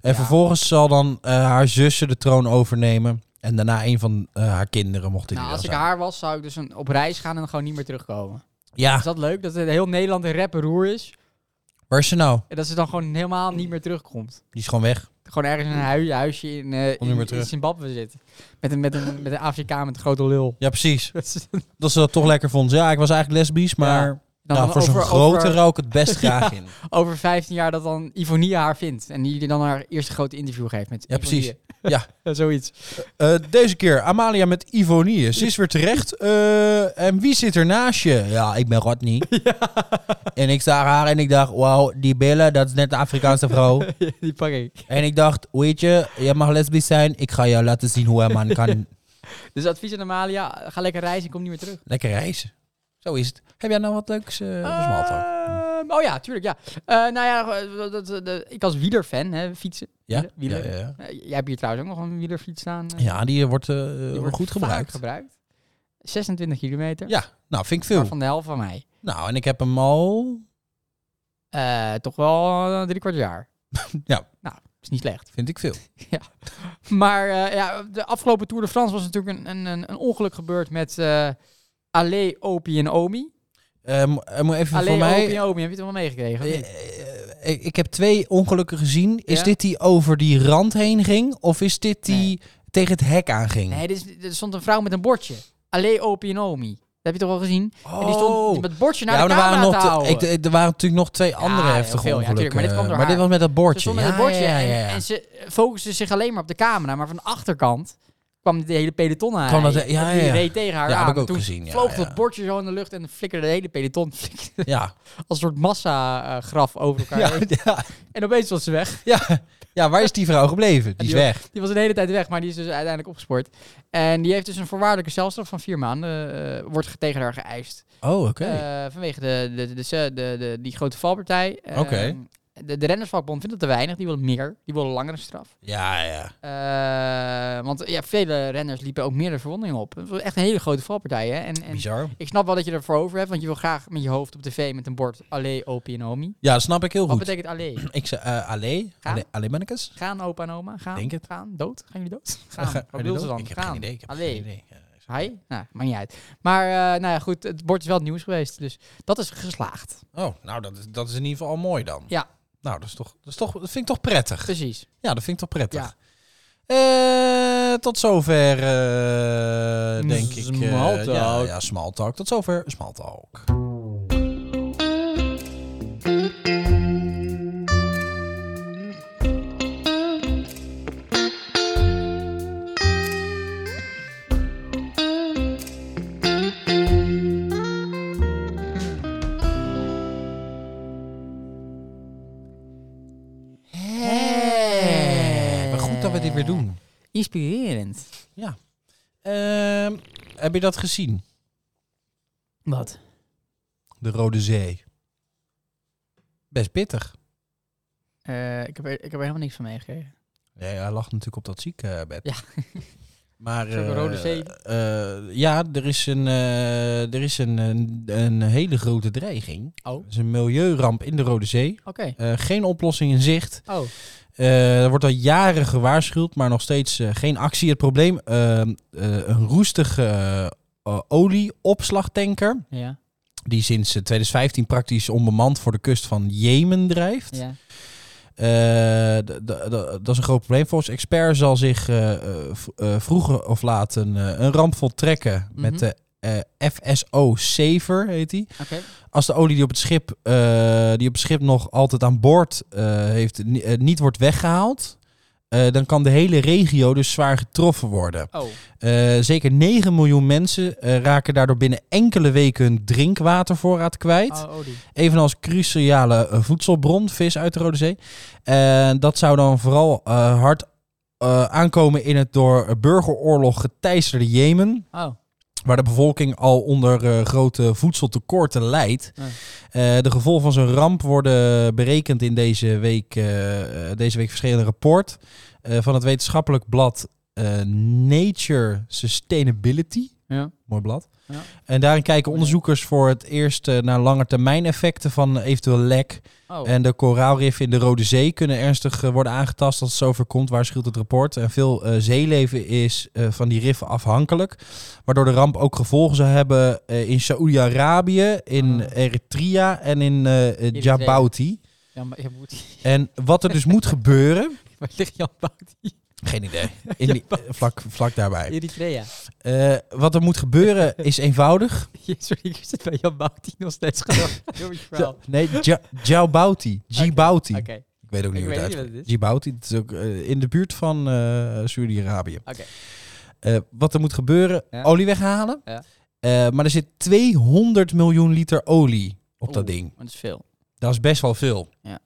Speaker 1: En vervolgens zal dan eh, haar zussen de troon overnemen. En daarna een van eh, haar kinderen, mocht dit
Speaker 2: Nou,
Speaker 1: wel
Speaker 2: als ik
Speaker 1: zijn. Ah.
Speaker 2: haar was, zou ik dus een, op reis gaan en dan gewoon niet meer terugkomen. Is
Speaker 1: Ja,
Speaker 2: dat leuk? Dat heel Nederland een rapper roer is.
Speaker 1: waar is ze nou?
Speaker 2: En dat ze dan gewoon helemaal niet meer terugkomt.
Speaker 1: Die is gewoon weg.
Speaker 2: Gewoon ergens in een hui- huisje in, eh,
Speaker 1: niet meer
Speaker 2: in, in
Speaker 1: terug.
Speaker 2: Zimbabwe zit. Met een, met een, met een Afrikaan met een grote lul. (laughs)
Speaker 1: Ja, precies.
Speaker 2: Dat is-
Speaker 1: Dat ze dat toch lekker vond. Ja, ik was eigenlijk lesbisch, maar
Speaker 2: Dan
Speaker 1: nou, voor zo'n
Speaker 2: over-
Speaker 1: grote
Speaker 2: over-
Speaker 1: rook ik het
Speaker 2: (laughs)
Speaker 1: best graag in.
Speaker 2: over 15 jaar dat dan Ivonie haar vindt. En die dan haar eerste grote interview geeft met
Speaker 1: Ja, precies.
Speaker 2: (laughs) Ivonie. Zoiets. (laughs)
Speaker 1: Eh, deze keer Amalia met Ivonie. Ze is weer terecht. Eh, en wie zit er naast je? Ja, ik ben Rodney. En ik zag haar en ik dacht, wauw, die billen, dat is net de Afrikaanse vrouw.
Speaker 2: die pak ik.
Speaker 1: en ik dacht, weet je, jij mag lesbisch zijn. Ik ga jou laten zien hoe een man kan
Speaker 2: Dus advies aan Amalia, ga lekker reizen, kom niet meer terug.
Speaker 1: lekker reizen. Zo is het. Heb jij nou wat leuks eh
Speaker 2: Ah,
Speaker 1: volgens mij altijd.
Speaker 2: Ehm, oh ja, tuurlijk, ja. Eh, nou ja, eh, dat, dat- dat- ik als wielerfan, hè, fietsen.
Speaker 1: Ja?
Speaker 2: Wielen- wielen.
Speaker 1: Ja, ja,
Speaker 2: Eh, jij hebt hier trouwens ook nog een wielerfiets staan. eh,
Speaker 1: ja. Ja, die eh, wordt, eh,
Speaker 2: die wordt
Speaker 1: goed
Speaker 2: vaak
Speaker 1: gebruikt.
Speaker 2: gebruikt. 26 kilometer,
Speaker 1: Ja, nou vind ik veel.
Speaker 2: maar van de helft van mij.
Speaker 1: Nou, en ik heb hem al...
Speaker 2: Eh, toch wel eh, drie kwart jaar.
Speaker 1: Ja.
Speaker 2: Nou, is niet slecht. (laughs)
Speaker 1: Vind ik veel.
Speaker 2: Maar eh, ja, de afgelopen Tour de France was natuurlijk een, een, een, een ongeluk gebeurd met eh Ale, Opie en Omi.
Speaker 1: Eh, mo- eh, moet even
Speaker 2: Ale,
Speaker 1: voor mij...
Speaker 2: Opie en Omi, heb je het allemaal meegekregen? of niet?
Speaker 1: Eh, eh, ik heb twee ongelukken gezien. Is
Speaker 2: Ja?
Speaker 1: dit die over die rand heen ging? Of is dit die
Speaker 2: Nee.
Speaker 1: tegen het hek aanging?
Speaker 2: Nee, dit is- er stond een vrouw met een bordje. Ale, Opie en Omi. Dat heb je toch al gezien?
Speaker 1: Oh.
Speaker 2: En die stond met het bordje naar
Speaker 1: ja,
Speaker 2: de
Speaker 1: maar er waren,
Speaker 2: camera te
Speaker 1: nog te-
Speaker 2: houden.
Speaker 1: ik, eh, er waren natuurlijk nog twee andere
Speaker 2: heel
Speaker 1: heftige
Speaker 2: veel, ja,
Speaker 1: ongelukken.
Speaker 2: tuurlijk, maar dit kwam door haar.
Speaker 1: was met dat
Speaker 2: Ze
Speaker 1: bordje.
Speaker 2: stond met
Speaker 1: ja,
Speaker 2: het bordje
Speaker 1: ja, ja,
Speaker 2: En,
Speaker 1: ja.
Speaker 2: en ze focuste zich alleen maar op de camera. Maar van de achterkant kwam de hele peloton aan.
Speaker 1: Kwam dat-
Speaker 2: En
Speaker 1: ja,
Speaker 2: die
Speaker 1: ja.
Speaker 2: reed tegen haar
Speaker 1: Ja,
Speaker 2: aan.
Speaker 1: heb ik ook
Speaker 2: Toen
Speaker 1: gezien, ja,
Speaker 2: vloog
Speaker 1: ja.
Speaker 2: dat bordje zo in de lucht en flikkerde de hele peloton flikkerde
Speaker 1: (laughs)
Speaker 2: (laughs)
Speaker 1: ja.
Speaker 2: als een soort massa-graf over elkaar
Speaker 1: Ja,
Speaker 2: heen.
Speaker 1: ja,
Speaker 2: En opeens was ze weg.
Speaker 1: ja. Ja, waar is die vrouw gebleven? Die is
Speaker 2: Die was-
Speaker 1: weg.
Speaker 2: Die was een hele tijd weg, maar die is dus uiteindelijk opgespoord. En die heeft dus een voorwaardelijke celstraf van vier maanden. eh, wordt ge- tegen haar geëist.
Speaker 1: Oh, oké.
Speaker 2: Eh, vanwege de, de, de, de, de- de- die grote valpartij. Eh,
Speaker 1: Oké.
Speaker 2: De, de rennersvakbond vindt dat te weinig. Die wil meer. Die wil een langere straf.
Speaker 1: ja, ja.
Speaker 2: Eh, want ja, vele renners liepen ook meerdere verwondingen op. Het was echt een hele grote valpartij. Hè? En, en
Speaker 1: Bizar.
Speaker 2: ik snap wel dat je ervoor over hebt, want je wil graag met je hoofd op tv met een bord Allee, opie en omi.
Speaker 1: Ja, dat snap ik heel
Speaker 2: Wat
Speaker 1: goed.
Speaker 2: betekent allee?
Speaker 1: Ik zei, eh allee,
Speaker 2: Ga?
Speaker 1: allee, allee mannekes?
Speaker 2: Gaan opa en oma? Gaan?
Speaker 1: Denk het.
Speaker 2: Gaan? Dood? Gaan jullie dood?
Speaker 1: Ga-
Speaker 2: Gaan.
Speaker 1: ga-
Speaker 2: Wat bedoelen ze dan?
Speaker 1: Ik heb
Speaker 2: gaan.
Speaker 1: geen idee. Ik heb
Speaker 2: allee.
Speaker 1: geen idee. Ja, ik zeg-
Speaker 2: Hai? Nou, maakt niet uit. Maar eh, nou ja, goed, het bord is wel het nieuws geweest. Dus dat is geslaagd.
Speaker 1: Oh, nou, dat is, dat is in ieder geval al mooi dan.
Speaker 2: Ja.
Speaker 1: Nou, dat, is toch, dat, is toch, dat vind ik toch prettig.
Speaker 2: Precies.
Speaker 1: Ja, dat vind ik toch prettig.
Speaker 2: Ja.
Speaker 1: Eh, tot zover, eh, denk ik. eh,
Speaker 2: Smalltalk.
Speaker 1: ja, ja, Smalltalk. Tot zover Smalltalk. Eh, maar goed dat we dit weer doen.
Speaker 2: Inspirerend.
Speaker 1: Ja. Ehm, heb je dat gezien?
Speaker 2: Wat?
Speaker 1: De Rode Zee. Best pittig.
Speaker 2: Eh, ik, heb er, ik heb er helemaal niks van meegekregen.
Speaker 1: Nee, hij lag natuurlijk op dat ziekenbed.
Speaker 2: Ja.
Speaker 1: (laughs) Maar,
Speaker 2: Zo'n
Speaker 1: eh,
Speaker 2: Rode Zee.
Speaker 1: eh, ja, er is, een, eh, er is een, een, een hele grote dreiging.
Speaker 2: Oh.
Speaker 1: Er is een milieuramp in de Rode Zee.
Speaker 2: Oké.
Speaker 1: Eh, geen oplossing in zicht.
Speaker 2: Oh.
Speaker 1: Eh, er wordt al jaren gewaarschuwd, maar nog steeds eh, geen actie. Het probleem, eh, eh, een roestige eh, eh, olieopslagtanker...
Speaker 2: Ja.
Speaker 1: die sinds eh, 2015 praktisch onbemand voor de kust van Jemen drijft.
Speaker 2: Ja.
Speaker 1: Eh, d- d- d- dat is een groot probleem. Volgens expert zal zich eh, eh, v- eh, vroeger of laat een, eh, een ramp voltrekken met
Speaker 2: Mhm.
Speaker 1: de eh, FSO Saver, heet die.
Speaker 2: Oké.
Speaker 1: Als de olie die op het schip, eh, die op het schip nog altijd aan boord eh, heeft, ni- eh, niet wordt weggehaald, eh, dan kan de hele regio dus zwaar getroffen worden.
Speaker 2: Oh.
Speaker 1: Eh, zeker 9 miljoen mensen eh, raken daardoor binnen enkele weken hun drinkwatervoorraad kwijt.
Speaker 2: Oh, Odie.
Speaker 1: Evenals cruciale eh, voedselbron, vis uit de Rode Zee. En dat zou dan vooral eh, hard eh, aankomen in het door burgeroorlog geteisterde Jemen.
Speaker 2: Oh.
Speaker 1: Waar de bevolking al onder eh, grote voedseltekorten lijdt.
Speaker 2: Ja.
Speaker 1: Eh, de gevolgen van zo'n ramp worden berekend in deze week, eh, eh, deze week verschillende rapport. eh, van het wetenschappelijk blad eh, Nature Sustainability.
Speaker 2: Ja.
Speaker 1: Mooi blad.
Speaker 2: Ja.
Speaker 1: En daarin kijken onderzoekers voor het eerst eh, naar lange termijn effecten van eventueel lek.
Speaker 2: Oh.
Speaker 1: En de koraalriffen in de Rode Zee kunnen ernstig eh, worden aangetast als het zover komt, waarschuwt het rapport. En veel eh, zeeleven is eh, van die riffen afhankelijk. Waardoor de ramp ook gevolgen zou hebben eh, in Saoedi-Arabië, in
Speaker 2: Ah.
Speaker 1: Eritrea en in eh, eh, Djibouti.
Speaker 2: ja, maar je moet...
Speaker 1: En wat er dus moet gebeuren,
Speaker 2: (laughs) Waar ligt Jan Bout?
Speaker 1: Geen idee. In die, eh, vlak, vlak daarbij.
Speaker 2: Eritrea.
Speaker 1: Eh, wat er moet gebeuren is eenvoudig.
Speaker 2: (laughs) Ja, Sorry, ik zit bij Jan Bout nog steeds gedacht. Heel verhaal.
Speaker 1: Nee, Ja- Djibouti. Djibouti.
Speaker 2: Oké,
Speaker 1: Ik weet ook niet
Speaker 2: Ik
Speaker 1: hoe
Speaker 2: weet
Speaker 1: het
Speaker 2: niet wat
Speaker 1: uitkomt.
Speaker 2: het is.
Speaker 1: Djibouti, dat is ook eh, in de buurt van eh Saudi-Arabië.
Speaker 2: oké.
Speaker 1: Eh, wat er moet gebeuren,
Speaker 2: Ja.
Speaker 1: olie weghalen.
Speaker 2: Ja.
Speaker 1: Eh, maar er zit 200 miljoen liter olie op dat
Speaker 2: Oeh,
Speaker 1: ding.
Speaker 2: Dat is veel.
Speaker 1: Dat is best wel veel.
Speaker 2: Ja.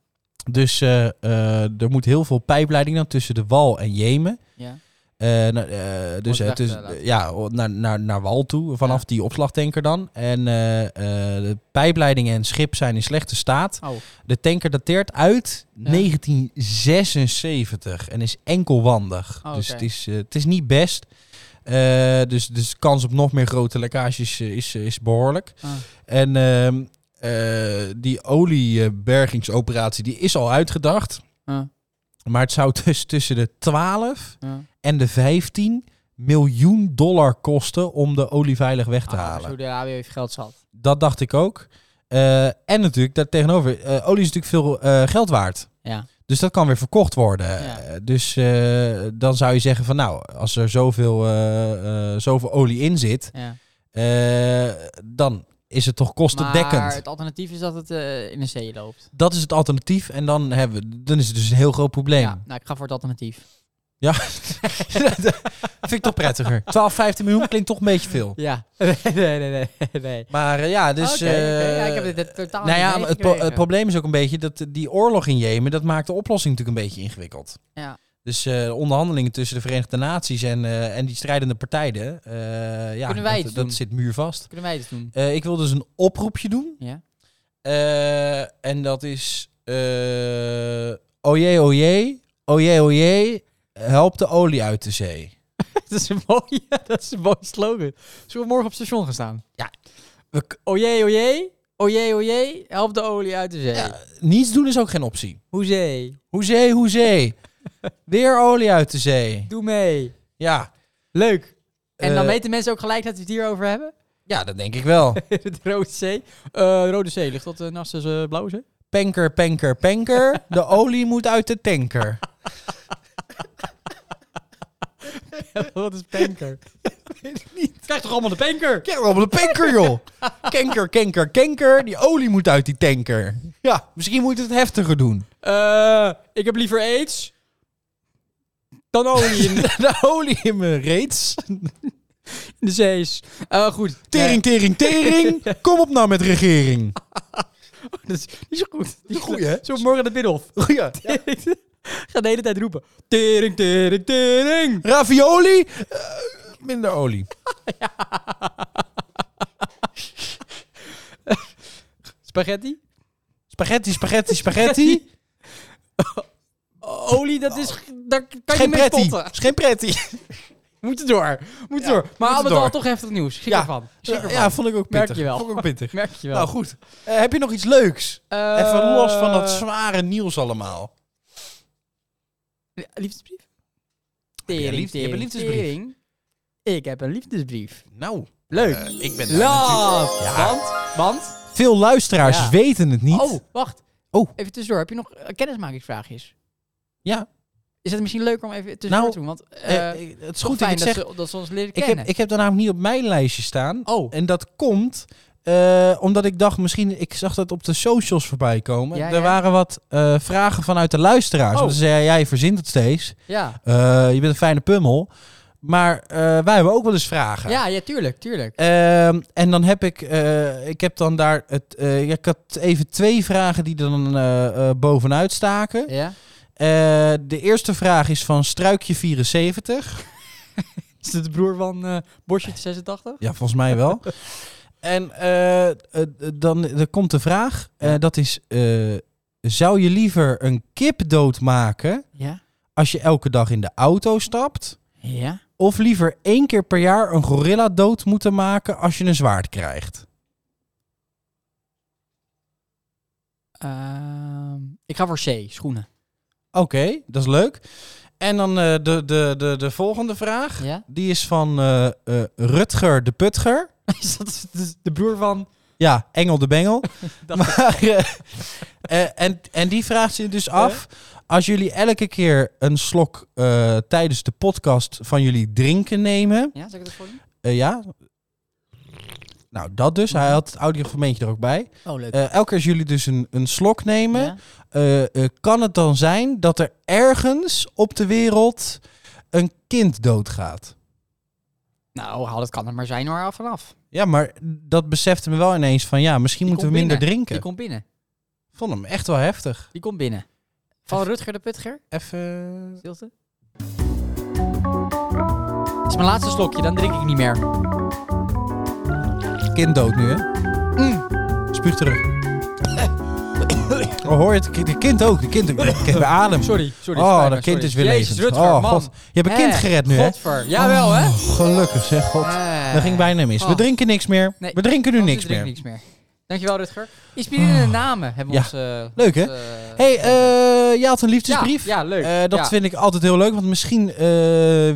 Speaker 1: Dus eh, eh, er moet heel veel pijpleiding dan tussen de wal en Jemen.
Speaker 2: Ja.
Speaker 1: Eh, nou, eh, dus
Speaker 2: weg
Speaker 1: het is,
Speaker 2: te laten.
Speaker 1: ja, o- naar, naar, naar wal toe, vanaf
Speaker 2: Ja.
Speaker 1: die opslagtanker dan. En eh, eh, de pijpleidingen en schip zijn in slechte staat.
Speaker 2: Oh,
Speaker 1: De tanker dateert uit
Speaker 2: Ja.
Speaker 1: 1976 en is enkelwandig.
Speaker 2: Oh,
Speaker 1: Dus
Speaker 2: oké.
Speaker 1: het is, eh, het is niet best. Eh, dus, dus de kans op nog meer grote lekkages eh, is, is behoorlijk.
Speaker 2: ah,
Speaker 1: En ehm, eh, die oliebergingsoperatie die is al uitgedacht.
Speaker 2: ah,
Speaker 1: Maar het zou (laughs) dus tussen de 12
Speaker 2: ah.
Speaker 1: en de 15 miljoen dollar kosten om de olie veilig weg te
Speaker 2: Ah,
Speaker 1: halen.
Speaker 2: Saudi-Arabië heeft geld zat.
Speaker 1: Dat dacht ik ook. Eh, en natuurlijk, daartegenover, eh olie is natuurlijk veel eh, geld waard.
Speaker 2: Ja.
Speaker 1: Dus dat kan weer verkocht worden.
Speaker 2: Ja.
Speaker 1: Eh, Dus eh, dan zou je zeggen van nou, als er zoveel, eh, eh, zoveel olie in zit,
Speaker 2: ja.
Speaker 1: eh, dan is het toch kostendekkend.
Speaker 2: Maar het alternatief is dat het eh, in de zee loopt.
Speaker 1: Dat is het alternatief en dan, hebben, we- dan is het dus een heel groot probleem. (laughs)
Speaker 2: Ja, nou, ik ga voor het alternatief.
Speaker 1: Ja. Vind ik toch
Speaker 2: (laughs)
Speaker 1: prettiger. 12, 15 miljoen klinkt toch een beetje veel.
Speaker 2: Ja. (laughs) nee, nee, nee, nee, nee.
Speaker 1: Maar eh, ja, dus...
Speaker 2: Oké, oké.
Speaker 1: eh,
Speaker 2: Ja, ik heb dit- dit totaal
Speaker 1: Nou
Speaker 2: niet
Speaker 1: ja, maar het, pro-
Speaker 2: meegekregen.
Speaker 1: het probleem is ook een beetje dat die oorlog in Jemen, dat maakt de oplossing natuurlijk een beetje ingewikkeld.
Speaker 2: Ja.
Speaker 1: Dus eh, de onderhandelingen tussen de Verenigde Naties en, eh, en die strijdende partijen, eh, ja,
Speaker 2: Kunnen wij
Speaker 1: dat,
Speaker 2: iets
Speaker 1: dat
Speaker 2: doen?
Speaker 1: zit muurvast.
Speaker 2: Kunnen wij dit doen?
Speaker 1: Eh ik wil dus een oproepje doen.
Speaker 2: Ja.
Speaker 1: Eh, en dat is, eh oje, oje, oje, oje, help de olie uit de zee.
Speaker 2: (laughs) dat, is een (laughs) mooie, dat is een mooie slogan. Zullen we morgen op het station gaan staan?
Speaker 1: Ja.
Speaker 2: We k- Oje, oje. Oje, oje. Help de olie uit de zee.
Speaker 1: Ja, niets doen is ook geen optie.
Speaker 2: Hoezee.
Speaker 1: Hoezee,
Speaker 2: (laughs)
Speaker 1: hoezee. Weer olie uit de zee.
Speaker 2: Doe mee.
Speaker 1: Ja.
Speaker 2: Leuk. En dan
Speaker 1: eh,
Speaker 2: weten mensen ook gelijk dat we het hierover hebben.
Speaker 1: Ja, dat denk ik wel.
Speaker 2: (laughs) de Rode Zee. Eh, Rode Zee, ligt dat eh, naast de
Speaker 1: (laughs)
Speaker 2: eh, Blauwe Zee?
Speaker 1: Penker, penker, penker. De olie moet uit de tanker.
Speaker 2: Wat is (laughs) penker? Krijg toch allemaal de penker?
Speaker 1: Kijk op de penker, joh. Kenker, kenker, kenker. Die olie moet uit die tanker. Ja, misschien moet je het heftiger doen.
Speaker 2: Eh, ik heb liever aids dan olie
Speaker 1: (laughs)
Speaker 2: in de,
Speaker 1: De olie in mijn reeds.
Speaker 2: in (laughs) de zees. Eh, goed.
Speaker 1: Tering, tering, tering. Kom op nou met regering.
Speaker 2: Nee, (laughs) dat is niet zo goed.
Speaker 1: is een goeie, hè?
Speaker 2: Zo morgen naar Binnenhof.
Speaker 1: Oh Ja.
Speaker 2: (laughs) Ga de hele tijd roepen. Tering, tering, tering.
Speaker 1: Ravioli. Eh, minder olie.
Speaker 2: Spaghetti?
Speaker 1: Spaghetti, spaghetti, spaghetti.
Speaker 2: Olie, dat is... Daar
Speaker 1: Oh.
Speaker 2: kan je
Speaker 1: Geen
Speaker 2: mee
Speaker 1: pretty.
Speaker 2: spotten.
Speaker 1: Is Geen pretty.
Speaker 2: We moeten door. We moeten door. Maar al
Speaker 1: moeten
Speaker 2: met
Speaker 1: door.
Speaker 2: al toch heftig nieuws. Schrik
Speaker 1: Ja.
Speaker 2: ervan. Schrik
Speaker 1: Ja,
Speaker 2: ervan.
Speaker 1: ja, vond ik ook
Speaker 2: Merk
Speaker 1: pittig.
Speaker 2: je wel.
Speaker 1: Vond ik ook pittig.
Speaker 2: Merk je wel.
Speaker 1: Nou goed. Eh, heb je nog iets leuks?
Speaker 2: Eh,
Speaker 1: Even los van dat zware nieuws allemaal.
Speaker 2: Liefdesbrief?
Speaker 1: je
Speaker 2: Tering,
Speaker 1: een liefde- je hebt een
Speaker 2: tering,
Speaker 1: liefdesbrief?
Speaker 2: tering. Ik heb een liefdesbrief.
Speaker 1: Nou,
Speaker 2: Leuk.
Speaker 1: eh, ik ben daar
Speaker 2: Love.
Speaker 1: Ja.
Speaker 2: Want, want...
Speaker 1: Veel luisteraars
Speaker 2: Ja.
Speaker 1: weten het niet.
Speaker 2: Oh, wacht.
Speaker 1: Oh.
Speaker 2: Even tussendoor. Heb je nog eh, kennismakingsvraagjes?
Speaker 1: Ja,
Speaker 2: Is het misschien leuker om even tussendoor
Speaker 1: Nou,
Speaker 2: te doen? Want
Speaker 1: eh,
Speaker 2: eh,
Speaker 1: eh, het is
Speaker 2: toch
Speaker 1: goed dat je
Speaker 2: fijn
Speaker 1: het zegt.
Speaker 2: dat, ze, dat ze ons leren
Speaker 1: Ik
Speaker 2: kennen.
Speaker 1: heb, ik heb dat namelijk niet op mijn lijstje staan.
Speaker 2: Oh.
Speaker 1: En dat komt eh, omdat ik dacht, misschien, ik zag dat op de socials voorbij komen.
Speaker 2: Ja,
Speaker 1: er
Speaker 2: ja.
Speaker 1: waren wat eh, vragen vanuit de luisteraars.
Speaker 2: Oh.
Speaker 1: Want ze zeiden, jij verzint het steeds.
Speaker 2: ja.
Speaker 1: Eh, je bent een fijne pummel. Maar eh, wij hebben ook wel eens vragen.
Speaker 2: Ja, ja, tuurlijk, tuurlijk.
Speaker 1: Ehm, en dan heb ik, eh, ik heb dan daar, het, eh, ja, ik had even twee vragen die dan eh, eh, bovenuit staken.
Speaker 2: Ja?
Speaker 1: Eh, de eerste vraag is van Struikje74.
Speaker 2: (laughs) Is dit de broer van eh Bosje 86?
Speaker 1: Ja, volgens mij
Speaker 2: (laughs)
Speaker 1: wel. en eh, eh, dan er komt de vraag, eh, dat is, eh, zou je liever een kip doodmaken
Speaker 2: Ja.
Speaker 1: als je elke dag in de auto stapt?
Speaker 2: Ja?
Speaker 1: Of liever één keer per jaar een gorilla dood moeten maken als je een zwaard krijgt?
Speaker 2: Ehm, ik ga voor C, schoenen.
Speaker 1: Oké, dat is leuk. En dan eh, de, de, de, de volgende vraag.
Speaker 2: Ja?
Speaker 1: Die (laughs) is van eh, eh, Rutger de Putger.
Speaker 2: Is dat de, de broer van
Speaker 1: Ja, Engel de
Speaker 2: (laughs)
Speaker 1: Bengel. (laughs)
Speaker 2: Dat-
Speaker 1: maar, eh, eh, en, en die vraagt zich dus af... Als jullie elke keer een slok eh, tijdens de podcast van jullie drinken nemen...
Speaker 2: Ja, zeg ik dat voor je?
Speaker 1: eh, ja? Nou, dat dus.
Speaker 2: Mhm.
Speaker 1: Hij had het audioformeentje er ook bij.
Speaker 2: Oh, leuk.
Speaker 1: Eh, elke keer als jullie dus een, een slok nemen...
Speaker 2: Ja?
Speaker 1: eh, eh, kan het dan zijn dat er ergens op de wereld een kind doodgaat?
Speaker 2: Nou, haal, dat kan er maar zijn hoor, af en af.
Speaker 1: Ja, maar dat besefte me wel ineens van ja, misschien
Speaker 2: Die
Speaker 1: moeten we
Speaker 2: komt
Speaker 1: minder
Speaker 2: Die
Speaker 1: drinken.
Speaker 2: komt binnen.
Speaker 1: Vond hem echt wel heftig.
Speaker 2: Die komt binnen. Van Rutger de Putger.
Speaker 1: Even.
Speaker 2: Stilte. Het is mijn laatste slokje, dan drink ik niet meer.
Speaker 1: Kind dood nu, hè?
Speaker 2: Mm.
Speaker 1: Spuug terug. Oh, hoor je het? De kind ook. De kind ook. Ik heb adem.
Speaker 2: Sorry, sorry.
Speaker 1: oh,
Speaker 2: spijt
Speaker 1: dat
Speaker 2: me,
Speaker 1: kind
Speaker 2: sorry.
Speaker 1: is weer
Speaker 2: Jezus,
Speaker 1: levend.
Speaker 2: Rutger,
Speaker 1: oh,
Speaker 2: man.
Speaker 1: God. Je hebt een kind
Speaker 2: Hè,
Speaker 1: gered nu, hè?
Speaker 2: Godver. Jawel, hè?
Speaker 1: Oh, gelukkig, zeg God.
Speaker 2: Eh.
Speaker 1: Dat ging bijna mis. We
Speaker 2: Oh.
Speaker 1: drinken niks meer.
Speaker 2: Nee,
Speaker 1: We drinken nu
Speaker 2: want we
Speaker 1: niks meer. Oh.
Speaker 2: drinken niks meer. Dankjewel, Rutger. Inspirerende namen hebben we
Speaker 1: Ja.
Speaker 2: ons... eh,
Speaker 1: Leuk, hè?
Speaker 2: ons, eh,
Speaker 1: hey, eh, je had een
Speaker 2: ja,
Speaker 1: liefdesbrief.
Speaker 2: Ja, leuk.
Speaker 1: Eh, dat
Speaker 2: Ja.
Speaker 1: vind ik altijd heel leuk, want misschien eh,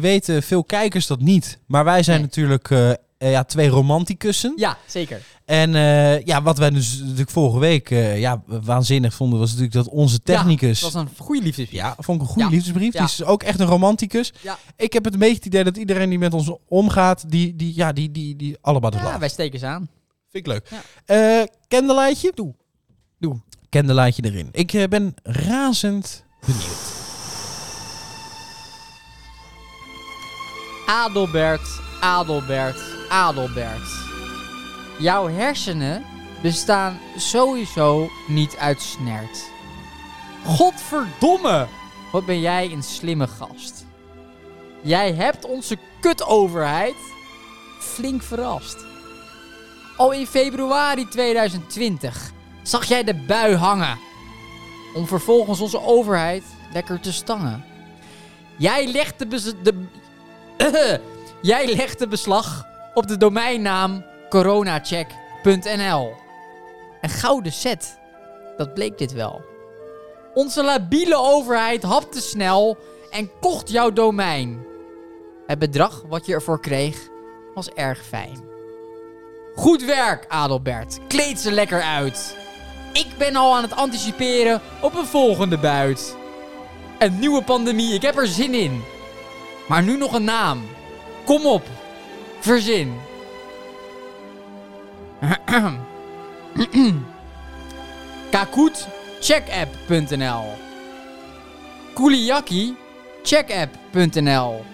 Speaker 1: weten veel kijkers dat niet. Maar wij zijn
Speaker 2: Nee.
Speaker 1: natuurlijk eh, eh, ja, twee romanticussen.
Speaker 2: Ja, zeker.
Speaker 1: En eh, ja, wat wij dus natuurlijk vorige week eh, ja, waanzinnig vonden, was natuurlijk dat onze technicus...
Speaker 2: Ja,
Speaker 1: Dus- Ja,
Speaker 2: dat was een goede liefdesbrief.
Speaker 1: vond ik een goede
Speaker 2: Ja.
Speaker 1: liefdesbrief. Die
Speaker 2: Ja.
Speaker 1: is dus ook echt een romanticus.
Speaker 2: Ja.
Speaker 1: Ik heb het een beetje het idee dat iedereen die met ons omgaat, die, die, ja, die, die, die allemaal de
Speaker 2: Ja,
Speaker 1: laat.
Speaker 2: wij steken ze aan.
Speaker 1: Vind ik leuk.
Speaker 2: Ja.
Speaker 1: Eh candelaatje? Doe. Doe. Candelaatje erin. Ik eh, ben razend
Speaker 2: (laughs)
Speaker 1: benieuwd.
Speaker 2: Adelbert, Adelbert, Adelbert. Jouw hersenen bestaan sowieso niet uit snert. Godverdomme! Wat ben jij een slimme gast. Jij hebt onze kutoverheid flink verrast. Al in februari 2020 zag jij de bui hangen. Om vervolgens onze overheid lekker te stangen. Jij legt de, bes- de, (laughs) Jij legt de beslag op de domeinnaam coronacheck.nl. Een gouden set, dat bleek dit wel. Onze labiele overheid hapte snel en kocht jouw domein. Het bedrag wat je ervoor kreeg was erg fijn. Goed werk, Adelbert. Kleed ze lekker uit. Ik ben al aan het anticiperen op een volgende buit. Een nieuwe pandemie, ik heb er zin in. Maar nu nog een naam. Kom op. Verzin. Kakoetcheckapp.nl Kuliaki checkapp.nl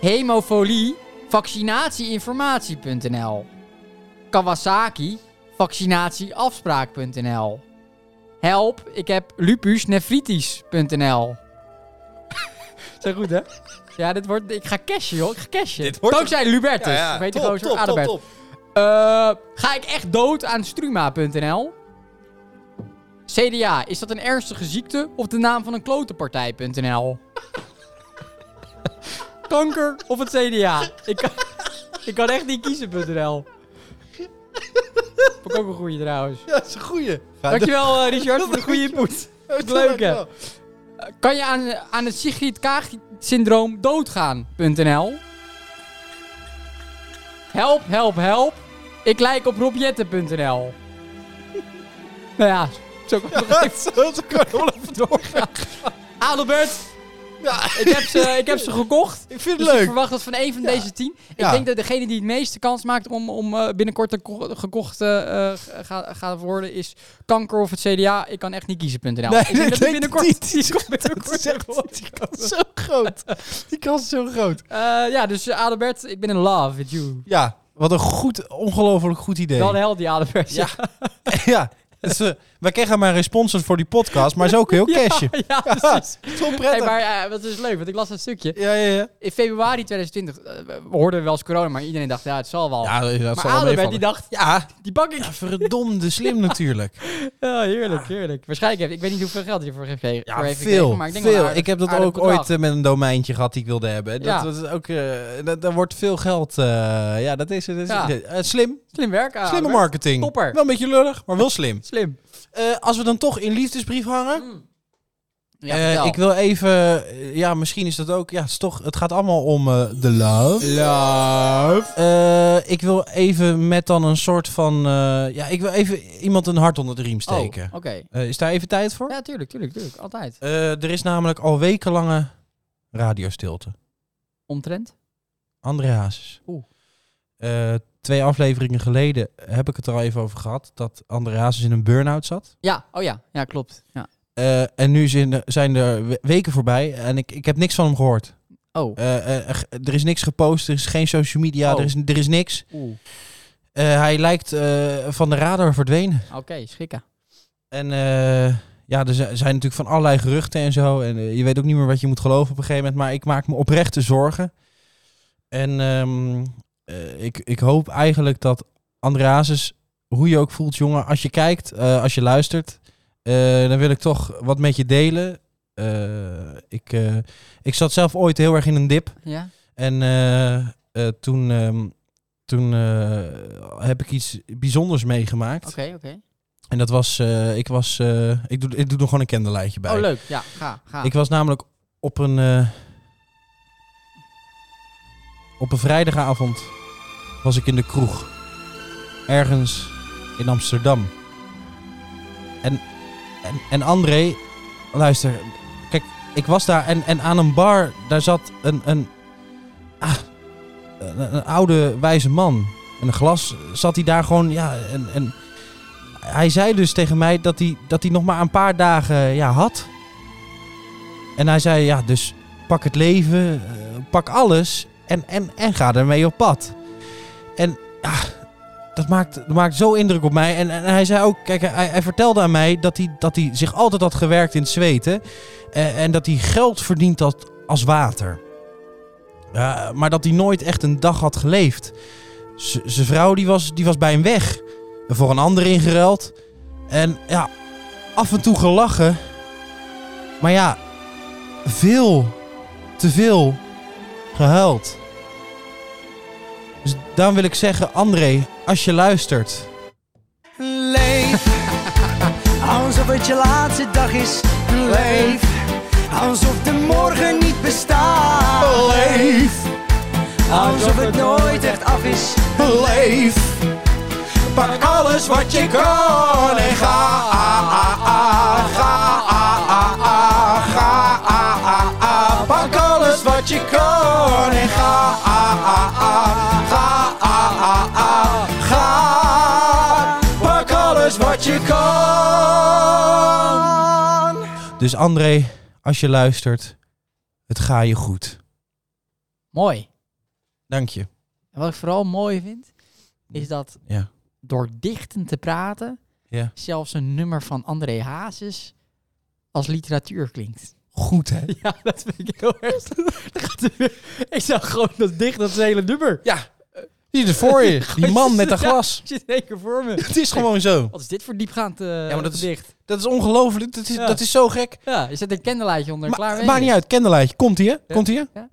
Speaker 2: Hemofolie vaccinatieinformatie.nl Kawasaki vaccinatieafspraak.nl Help, ik heb lupus nephritis.nl Zijn goed hè? Ja, dit wordt... Ik ga cashen joh, ik ga cashen.
Speaker 1: Dit wordt-
Speaker 2: Dankzij Lubertus. Of heet die Dus gozer? Adelbert. Eh, ga ik echt dood aan struma.nl? CDA, is dat een ernstige ziekte of de naam van een klotenpartij.nl? (laughs) Kanker of het CDA? Ik kan, ik kan echt niet kiezen.nl. Vond ik ook een goeie trouwens.
Speaker 1: Ja, dat is een goeie.
Speaker 2: Dankjewel eh, Richard voor de goede input.
Speaker 1: Dat
Speaker 2: Leuk, hè?
Speaker 1: (laughs)
Speaker 2: Kan je aan, aan het Sigrid Kaag-syndroom doodgaan.nl? Help, help, help. Ik lijk op robjetten.nl. (laughs) Nou ja, zo kan ik nog even
Speaker 1: Dat kan wel even (laughs)
Speaker 2: doorgaan. Adelbert,
Speaker 1: Ja,
Speaker 2: ik heb ze, ik heb ze
Speaker 1: (laughs)
Speaker 2: gekocht.
Speaker 1: ik vind het
Speaker 2: Dus ik
Speaker 1: leuk.
Speaker 2: verwacht dat van één van deze tien. Ik
Speaker 1: Ja.
Speaker 2: denk dat degene die het meeste kans maakt om, om eh, binnenkort een ko- gekocht eh, eh, ga- gaat worden, is kanker of het CDA. Ik kan echt niet kiezen.nl.
Speaker 1: Nee,
Speaker 2: ik
Speaker 1: (laughs)
Speaker 2: denk
Speaker 1: ik
Speaker 2: dat die
Speaker 1: denk
Speaker 2: binnenkort,
Speaker 1: niet.
Speaker 2: die komt binnenkort
Speaker 1: (laughs) Dat is echt-
Speaker 2: gewoon.
Speaker 1: die kans is zo groot. Die kans is zo groot.
Speaker 2: Eh, ja, dus eh, Adelbert, ik ben in love with you.
Speaker 1: Ja, wat een goed, ongelooflijk goed idee.
Speaker 2: Wel de held die Adelbert.
Speaker 1: Ja. (laughs) ja. Dus, eh, wij krijgen maar geen sponsors voor die podcast, maar zo kun je ook cashen.
Speaker 2: (laughs)
Speaker 1: (laughs)
Speaker 2: Ja, precies.
Speaker 1: Zo
Speaker 2: Hey,
Speaker 1: prettig.
Speaker 2: maar eh, dat is leuk, want ik las dat stukje.
Speaker 1: Ja, ja, ja.
Speaker 2: In februari 2020 eh, we hoorden we wel eens corona, maar iedereen dacht, ja, het zal wel.
Speaker 1: Ja, dat
Speaker 2: maar
Speaker 1: zal wel
Speaker 2: Adelbert,
Speaker 1: meevallen.
Speaker 2: die dacht,
Speaker 1: Ja,
Speaker 2: die pak ik.
Speaker 1: ja, verdomde slim
Speaker 2: (laughs)
Speaker 1: natuurlijk.
Speaker 2: Ja, heerlijk, heerlijk. Waarschijnlijk, heb, ik weet niet hoeveel geld hij ervoor heeft gekregen. voor
Speaker 1: Ja,
Speaker 2: heeft gekregen,
Speaker 1: veel,
Speaker 2: maar ik denk wel
Speaker 1: veel.
Speaker 2: een aardig-
Speaker 1: Ik heb dat
Speaker 2: aardig
Speaker 1: ook
Speaker 2: bedrag.
Speaker 1: ooit eh, met een domeintje gehad die ik wilde hebben. Dat,
Speaker 2: Ja.
Speaker 1: dat is ook, eh, dat, daar wordt veel geld... eh, ja, dat is het.
Speaker 2: Ja.
Speaker 1: Eh, slim.
Speaker 2: Slim werk, Adelbert.
Speaker 1: Slimme marketing.
Speaker 2: Topper.
Speaker 1: Wel een beetje lullig, maar wel slim.
Speaker 2: Slim. Hmm.
Speaker 1: Eh, als we dan toch in liefdesbrief hangen.
Speaker 2: Ja,
Speaker 1: Eh,
Speaker 2: vertel.
Speaker 1: ik wil even, eh, ja, misschien is dat ook, ja, het, is toch, het gaat allemaal om eh, de love. Love. ik wil even met dan een soort van, eh, ja, ik wil even iemand een hart onder de riem
Speaker 2: Oh,
Speaker 1: steken.
Speaker 2: Oké.
Speaker 1: Eh, is daar even tijd voor?
Speaker 2: Ja, tuurlijk, tuurlijk, tuurlijk. Altijd.
Speaker 1: Eh, er is namelijk al wekenlange radiostilte.
Speaker 2: Omtrent?
Speaker 1: André Hazes.
Speaker 2: Oeh.
Speaker 1: Eh, twee afleveringen geleden heb ik het er al even over gehad, dat André Hazes in een burn-out zat.
Speaker 2: Ja, oh ja. Ja, klopt. Ja.
Speaker 1: Eh, en nu zijn, zijn er we- weken voorbij en ik, ik heb niks van hem gehoord.
Speaker 2: Oh.
Speaker 1: Eh, eh, g- er is niks gepost, er is geen social media,
Speaker 2: Oh.
Speaker 1: er, is, er is niks.
Speaker 2: Oeh.
Speaker 1: Eh, hij lijkt eh, van de radar verdwenen.
Speaker 2: Oké, schrikken.
Speaker 1: En eh, ja, er zi- zijn natuurlijk van allerlei geruchten en zo. En eh, je weet ook niet meer wat je moet geloven op een gegeven moment. Maar ik maak me oprechte zorgen. En ehm, eh, ik, ik hoop eigenlijk dat Andreasus, hoe je ook voelt, jongen, als je kijkt, eh, als je luistert, eh, dan wil ik toch wat met je delen. Eh, ik, eh, ik zat zelf ooit heel erg in een dip.
Speaker 2: Ja?
Speaker 1: En eh, eh, toen, ehm, toen eh, heb ik iets bijzonders meegemaakt.
Speaker 2: Oké, oké.
Speaker 1: En dat was, eh, ik was, eh, ik, doe, ik doe er gewoon een kinderlijntje bij.
Speaker 2: Oh, leuk. Ja, ga, ga.
Speaker 1: Ik was namelijk op een, eh, op een vrijdagavond was ik in de kroeg. Ergens in Amsterdam. En, en, en André, luister, kijk, ik was daar en, en aan een bar, daar zat een, een, ah, een, een oude wijze man. En een glas zat hij daar gewoon, ja, en, en hij zei dus tegen mij dat hij, dat hij nog maar een paar dagen ja, had. En hij zei, ja, dus pak het leven, eh, pak alles en, en, en ga ermee op pad. En ja, dat maakt, dat maakt zo indruk op mij. En, en hij zei ook, kijk, hij, hij vertelde aan mij dat hij, dat hij zich altijd had gewerkt in het zweten. eh, en dat hij geld verdiend had als water. Ja, maar dat hij nooit echt een dag had geleefd. Z- Zijn vrouw die was, die was bij hem weg. Voor een ander ingeruild. En ja, af en toe gelachen. Maar ja, veel te veel gehuild. Dus daarom wil ik zeggen, André, als je luistert. (laughs)
Speaker 4: Leef, alsof het je laatste dag is. Leef, alsof de morgen niet bestaat. alsof het nooit echt af is.
Speaker 1: leef. Pak alles wat je kan en ga. Pak alles wat je kan en ga. Ga. Pak alles wat je kan. Dus André, als je luistert, het ga je goed.
Speaker 2: Mooi.
Speaker 1: Dank je.
Speaker 2: En wat ik vooral mooi vind,
Speaker 1: Hm.
Speaker 2: is dat
Speaker 1: Ja.
Speaker 2: door dichtend te praten,
Speaker 1: Ja.
Speaker 2: zelfs een nummer van André Hazes als literatuur klinkt. (laughs)
Speaker 1: Goed, hè?
Speaker 2: Ja, dat vind ik heel
Speaker 1: (laughs)
Speaker 2: erg. Dan gaat hij weer- ik zag gewoon dat dicht, dat is een hele nummer.
Speaker 1: Ja. Zie je het voor (laughs) je? Die man met dat glas.
Speaker 2: Ik zit in één keer voor me.
Speaker 1: (laughs) Het is gewoon zo.
Speaker 2: Wat is dit voor diepgaand eh
Speaker 1: maar dat is-
Speaker 2: dicht?
Speaker 1: Dat is ongelooflijk. Dat is,
Speaker 2: Ja.
Speaker 1: dat is zo gek.
Speaker 2: Ja, je zet een candlelightje onder,
Speaker 1: Maar,
Speaker 2: klaar mee.
Speaker 1: maakt niet uit. Kenderlijtje. Komt ie, hè? Komt ie, hè?
Speaker 2: Ja.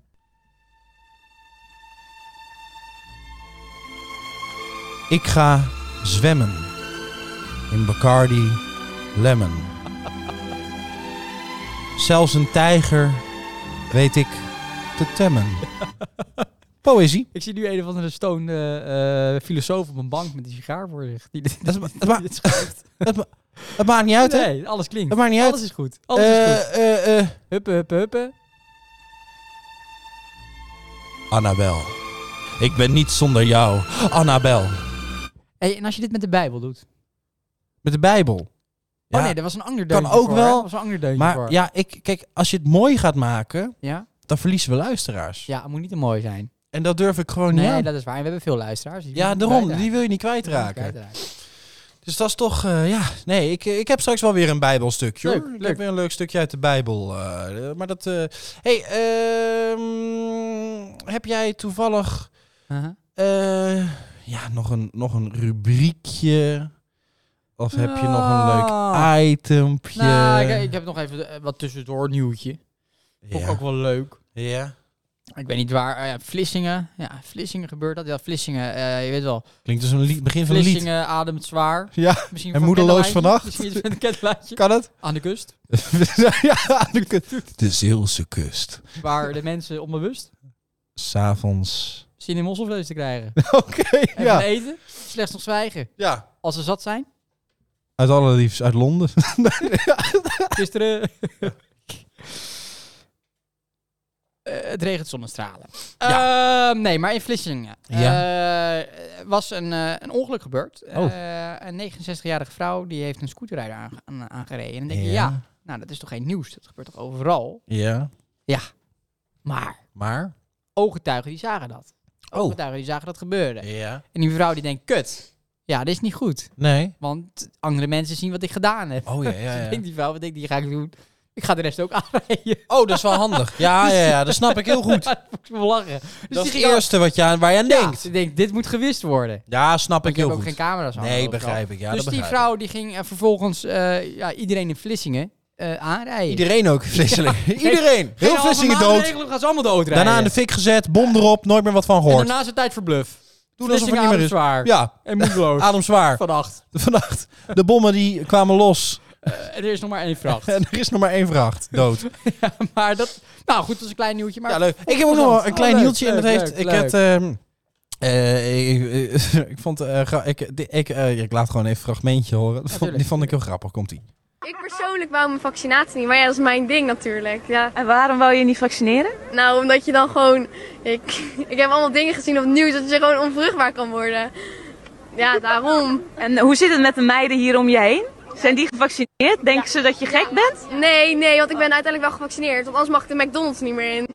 Speaker 1: Ik ga zwemmen. In Bacardi Lemon. Zelfs een tijger weet ik te temmen.
Speaker 2: (laughs)
Speaker 1: Poëzie.
Speaker 2: Ik zie nu een of andere stone eh, eh, filosoof op een bank met een sigaar voor zich. (laughs) Die, dit-
Speaker 1: Dat, ma-
Speaker 2: die
Speaker 1: dat, ma-
Speaker 2: dit schrijft.
Speaker 1: dat maakt niet uit, hè?
Speaker 2: Nee, alles klinkt.
Speaker 1: Dat maakt niet uit.
Speaker 2: Alles is goed. Alles is goed.
Speaker 1: Eh, eh, eh.
Speaker 2: Huppen, huppen, huppen.
Speaker 1: Annabel. Ik ben niet zonder jou. Annabel.
Speaker 2: Hey, en als je dit met de Bijbel doet?
Speaker 1: Met de Bijbel. Ja,
Speaker 2: Oh nee, dat was een ander deuntje
Speaker 1: Kan ook
Speaker 2: voor,
Speaker 1: wel,
Speaker 2: hè? Dat was een ander deuntje
Speaker 1: maar
Speaker 2: voor.
Speaker 1: ja, ik, kijk, als je het mooi gaat maken,
Speaker 2: ja?
Speaker 1: dan verliezen we luisteraars.
Speaker 2: Ja, het moet niet te mooi zijn.
Speaker 1: En dat durf ik gewoon
Speaker 2: Nee,
Speaker 1: niet aan.
Speaker 2: dat is waar. En we hebben veel luisteraars. dus die
Speaker 1: Ja,
Speaker 2: moet je
Speaker 1: daarom.
Speaker 2: kwijtraken.
Speaker 1: Die wil je niet kwijtraken.
Speaker 2: Kwijtraken.
Speaker 1: Dus dat is toch, eh, ja. Nee, ik, ik heb straks wel weer een bijbelstukje hoor.
Speaker 2: Leuk,
Speaker 1: ik
Speaker 2: leuk.
Speaker 1: heb weer een leuk stukje uit de bijbel. eh, maar dat, eh, hey, ehm, heb jij toevallig,
Speaker 2: Aha.
Speaker 1: eh, ja, nog een, nog een rubriekje? Of heb je nog een
Speaker 2: Ah.
Speaker 1: leuk itempje?
Speaker 2: Nou, ik, ik heb nog even eh, wat tussendoor nieuwtje. Vond ik
Speaker 1: ja.
Speaker 2: ook wel leuk.
Speaker 1: ja.
Speaker 2: Ik weet niet waar. eh, ja, Vlissingen. Ja, Vlissingen gebeurt dat. Ja, Vlissingen. eh, je weet wel.
Speaker 1: Klinkt dus een lied, begin van een lied.
Speaker 2: Vlissingen ademt zwaar.
Speaker 1: Ja,
Speaker 2: Misschien
Speaker 1: En
Speaker 2: van
Speaker 1: moedeloos
Speaker 2: Kettelaantje.
Speaker 1: vannacht.
Speaker 2: Misschien is het een kettelaantje.
Speaker 1: kan het?
Speaker 2: Aan de kust.
Speaker 1: (laughs) ja, de, kust. de Zeelse kust.
Speaker 2: Waar de mensen onbewust
Speaker 1: S'avonds.
Speaker 2: zin in mosselvlees te krijgen.
Speaker 1: (laughs) Oké,
Speaker 2: En van
Speaker 1: ja.
Speaker 2: eten. Slechts nog zwijgen.
Speaker 1: ja.
Speaker 2: Als ze zat zijn.
Speaker 1: Uit allerliefst uit
Speaker 2: (laughs)
Speaker 1: Londen. (laughs)
Speaker 2: Gisteren. Eh, het regent zonnestralen. Eh, nee, maar in Vlissingen eh, was een, eh, een ongeluk gebeurd.
Speaker 1: Oh.
Speaker 2: Eh, een 69-jarige vrouw die heeft een scooterrijder aange- aan- aangereden. En dan denk je, ja, nou dat is toch geen nieuws? Dat gebeurt toch overal?
Speaker 1: Ja.
Speaker 2: Maar
Speaker 1: Maar?
Speaker 2: ooggetuigen die zagen dat.
Speaker 1: Oh.
Speaker 2: Ooggetuigen die zagen dat gebeuren.
Speaker 1: Ja.
Speaker 2: En die mevrouw die denkt, kut. Ja, dit is niet goed.
Speaker 1: Nee.
Speaker 2: Want andere mensen zien wat ik gedaan heb.
Speaker 1: Oh ja, ja,
Speaker 2: (laughs)
Speaker 1: ja.
Speaker 2: Denkt die vrouw, wat denk die ga ik doen? Ik ga de rest ook (laughs) aanrijden.
Speaker 1: Oh, dat is wel handig. Ja, ja, ja, dat snap ik heel
Speaker 2: (laughs)
Speaker 1: goed.
Speaker 2: Ja, dat moet ik wel lachen. Dus
Speaker 1: Dat is
Speaker 2: die
Speaker 1: het eerste wat je aan, waar je aan
Speaker 2: ja,
Speaker 1: denkt.
Speaker 2: ze denkt, dit moet gewist worden.
Speaker 1: Ja, snap ik
Speaker 2: Ik heb
Speaker 1: heel
Speaker 2: ook geen
Speaker 1: goed.
Speaker 2: camera's aan.
Speaker 1: Nee,
Speaker 2: overal.
Speaker 1: begrijp ik. Ja,
Speaker 2: dus
Speaker 1: dat
Speaker 2: die
Speaker 1: begrijp ik.
Speaker 2: vrouw die ging eh, vervolgens eh, ja, iedereen in Vlissingen eh, aanrijden.
Speaker 1: Iedereen
Speaker 2: (laughs)
Speaker 1: ook, Vlissingen. Iedereen.
Speaker 2: Geen
Speaker 1: Heel
Speaker 2: halve
Speaker 1: Vlissingen dood.
Speaker 2: maatregelen, gaan ze allemaal doodrijden.
Speaker 1: Daarna in de fik gezet, bom erop, nooit meer wat van
Speaker 2: En
Speaker 1: gehoord.
Speaker 2: daarna is het tijd voor bluff.
Speaker 1: Toen alsof er niet meer
Speaker 2: ademt
Speaker 1: is.
Speaker 2: zwaar.
Speaker 1: Ja,
Speaker 2: En moedeloos.
Speaker 1: adem zwaar.
Speaker 2: Vannacht.
Speaker 1: Vannacht, de bommen die kwamen los.
Speaker 2: Eh, en er is nog maar één
Speaker 1: (laughs)
Speaker 2: vracht.
Speaker 1: En Eh, er is nog maar één vracht, dood.
Speaker 2: (laughs) maar dat... Nou goed, dat is een klein nieuwtje. Maar
Speaker 1: Ja, leuk. Ik heb ook nog wel een
Speaker 2: Oh,
Speaker 1: klein
Speaker 2: leuk,
Speaker 1: hieltje en dat
Speaker 2: leuk,
Speaker 1: heeft...
Speaker 2: leuk,
Speaker 1: ik
Speaker 2: leuk.
Speaker 1: had... ehm, eh, ik, eh, (laughs) ik vond... eh, gra- ik, di- ik, eh, ik laat gewoon even een fragmentje horen. Dat vond-
Speaker 2: tuurlijk.
Speaker 1: die vond ik heel grappig. Komt-ie.
Speaker 5: Ik persoonlijk wou mijn vaccinatie niet, maar ja, dat is mijn ding natuurlijk. Ja.
Speaker 6: En waarom wou je niet vaccineren?
Speaker 5: Nou, omdat je dan gewoon. Ik, ik heb allemaal dingen gezien op het nieuws dat je gewoon onvruchtbaar kan worden. Ja, daarom.
Speaker 6: En hoe zit het met de meiden hier om je heen? Zijn die gevaccineerd? Denken ze dat je gek bent?
Speaker 5: Nee, nee, want ik ben uiteindelijk wel gevaccineerd. Want anders mag ik de McDonald's niet meer in.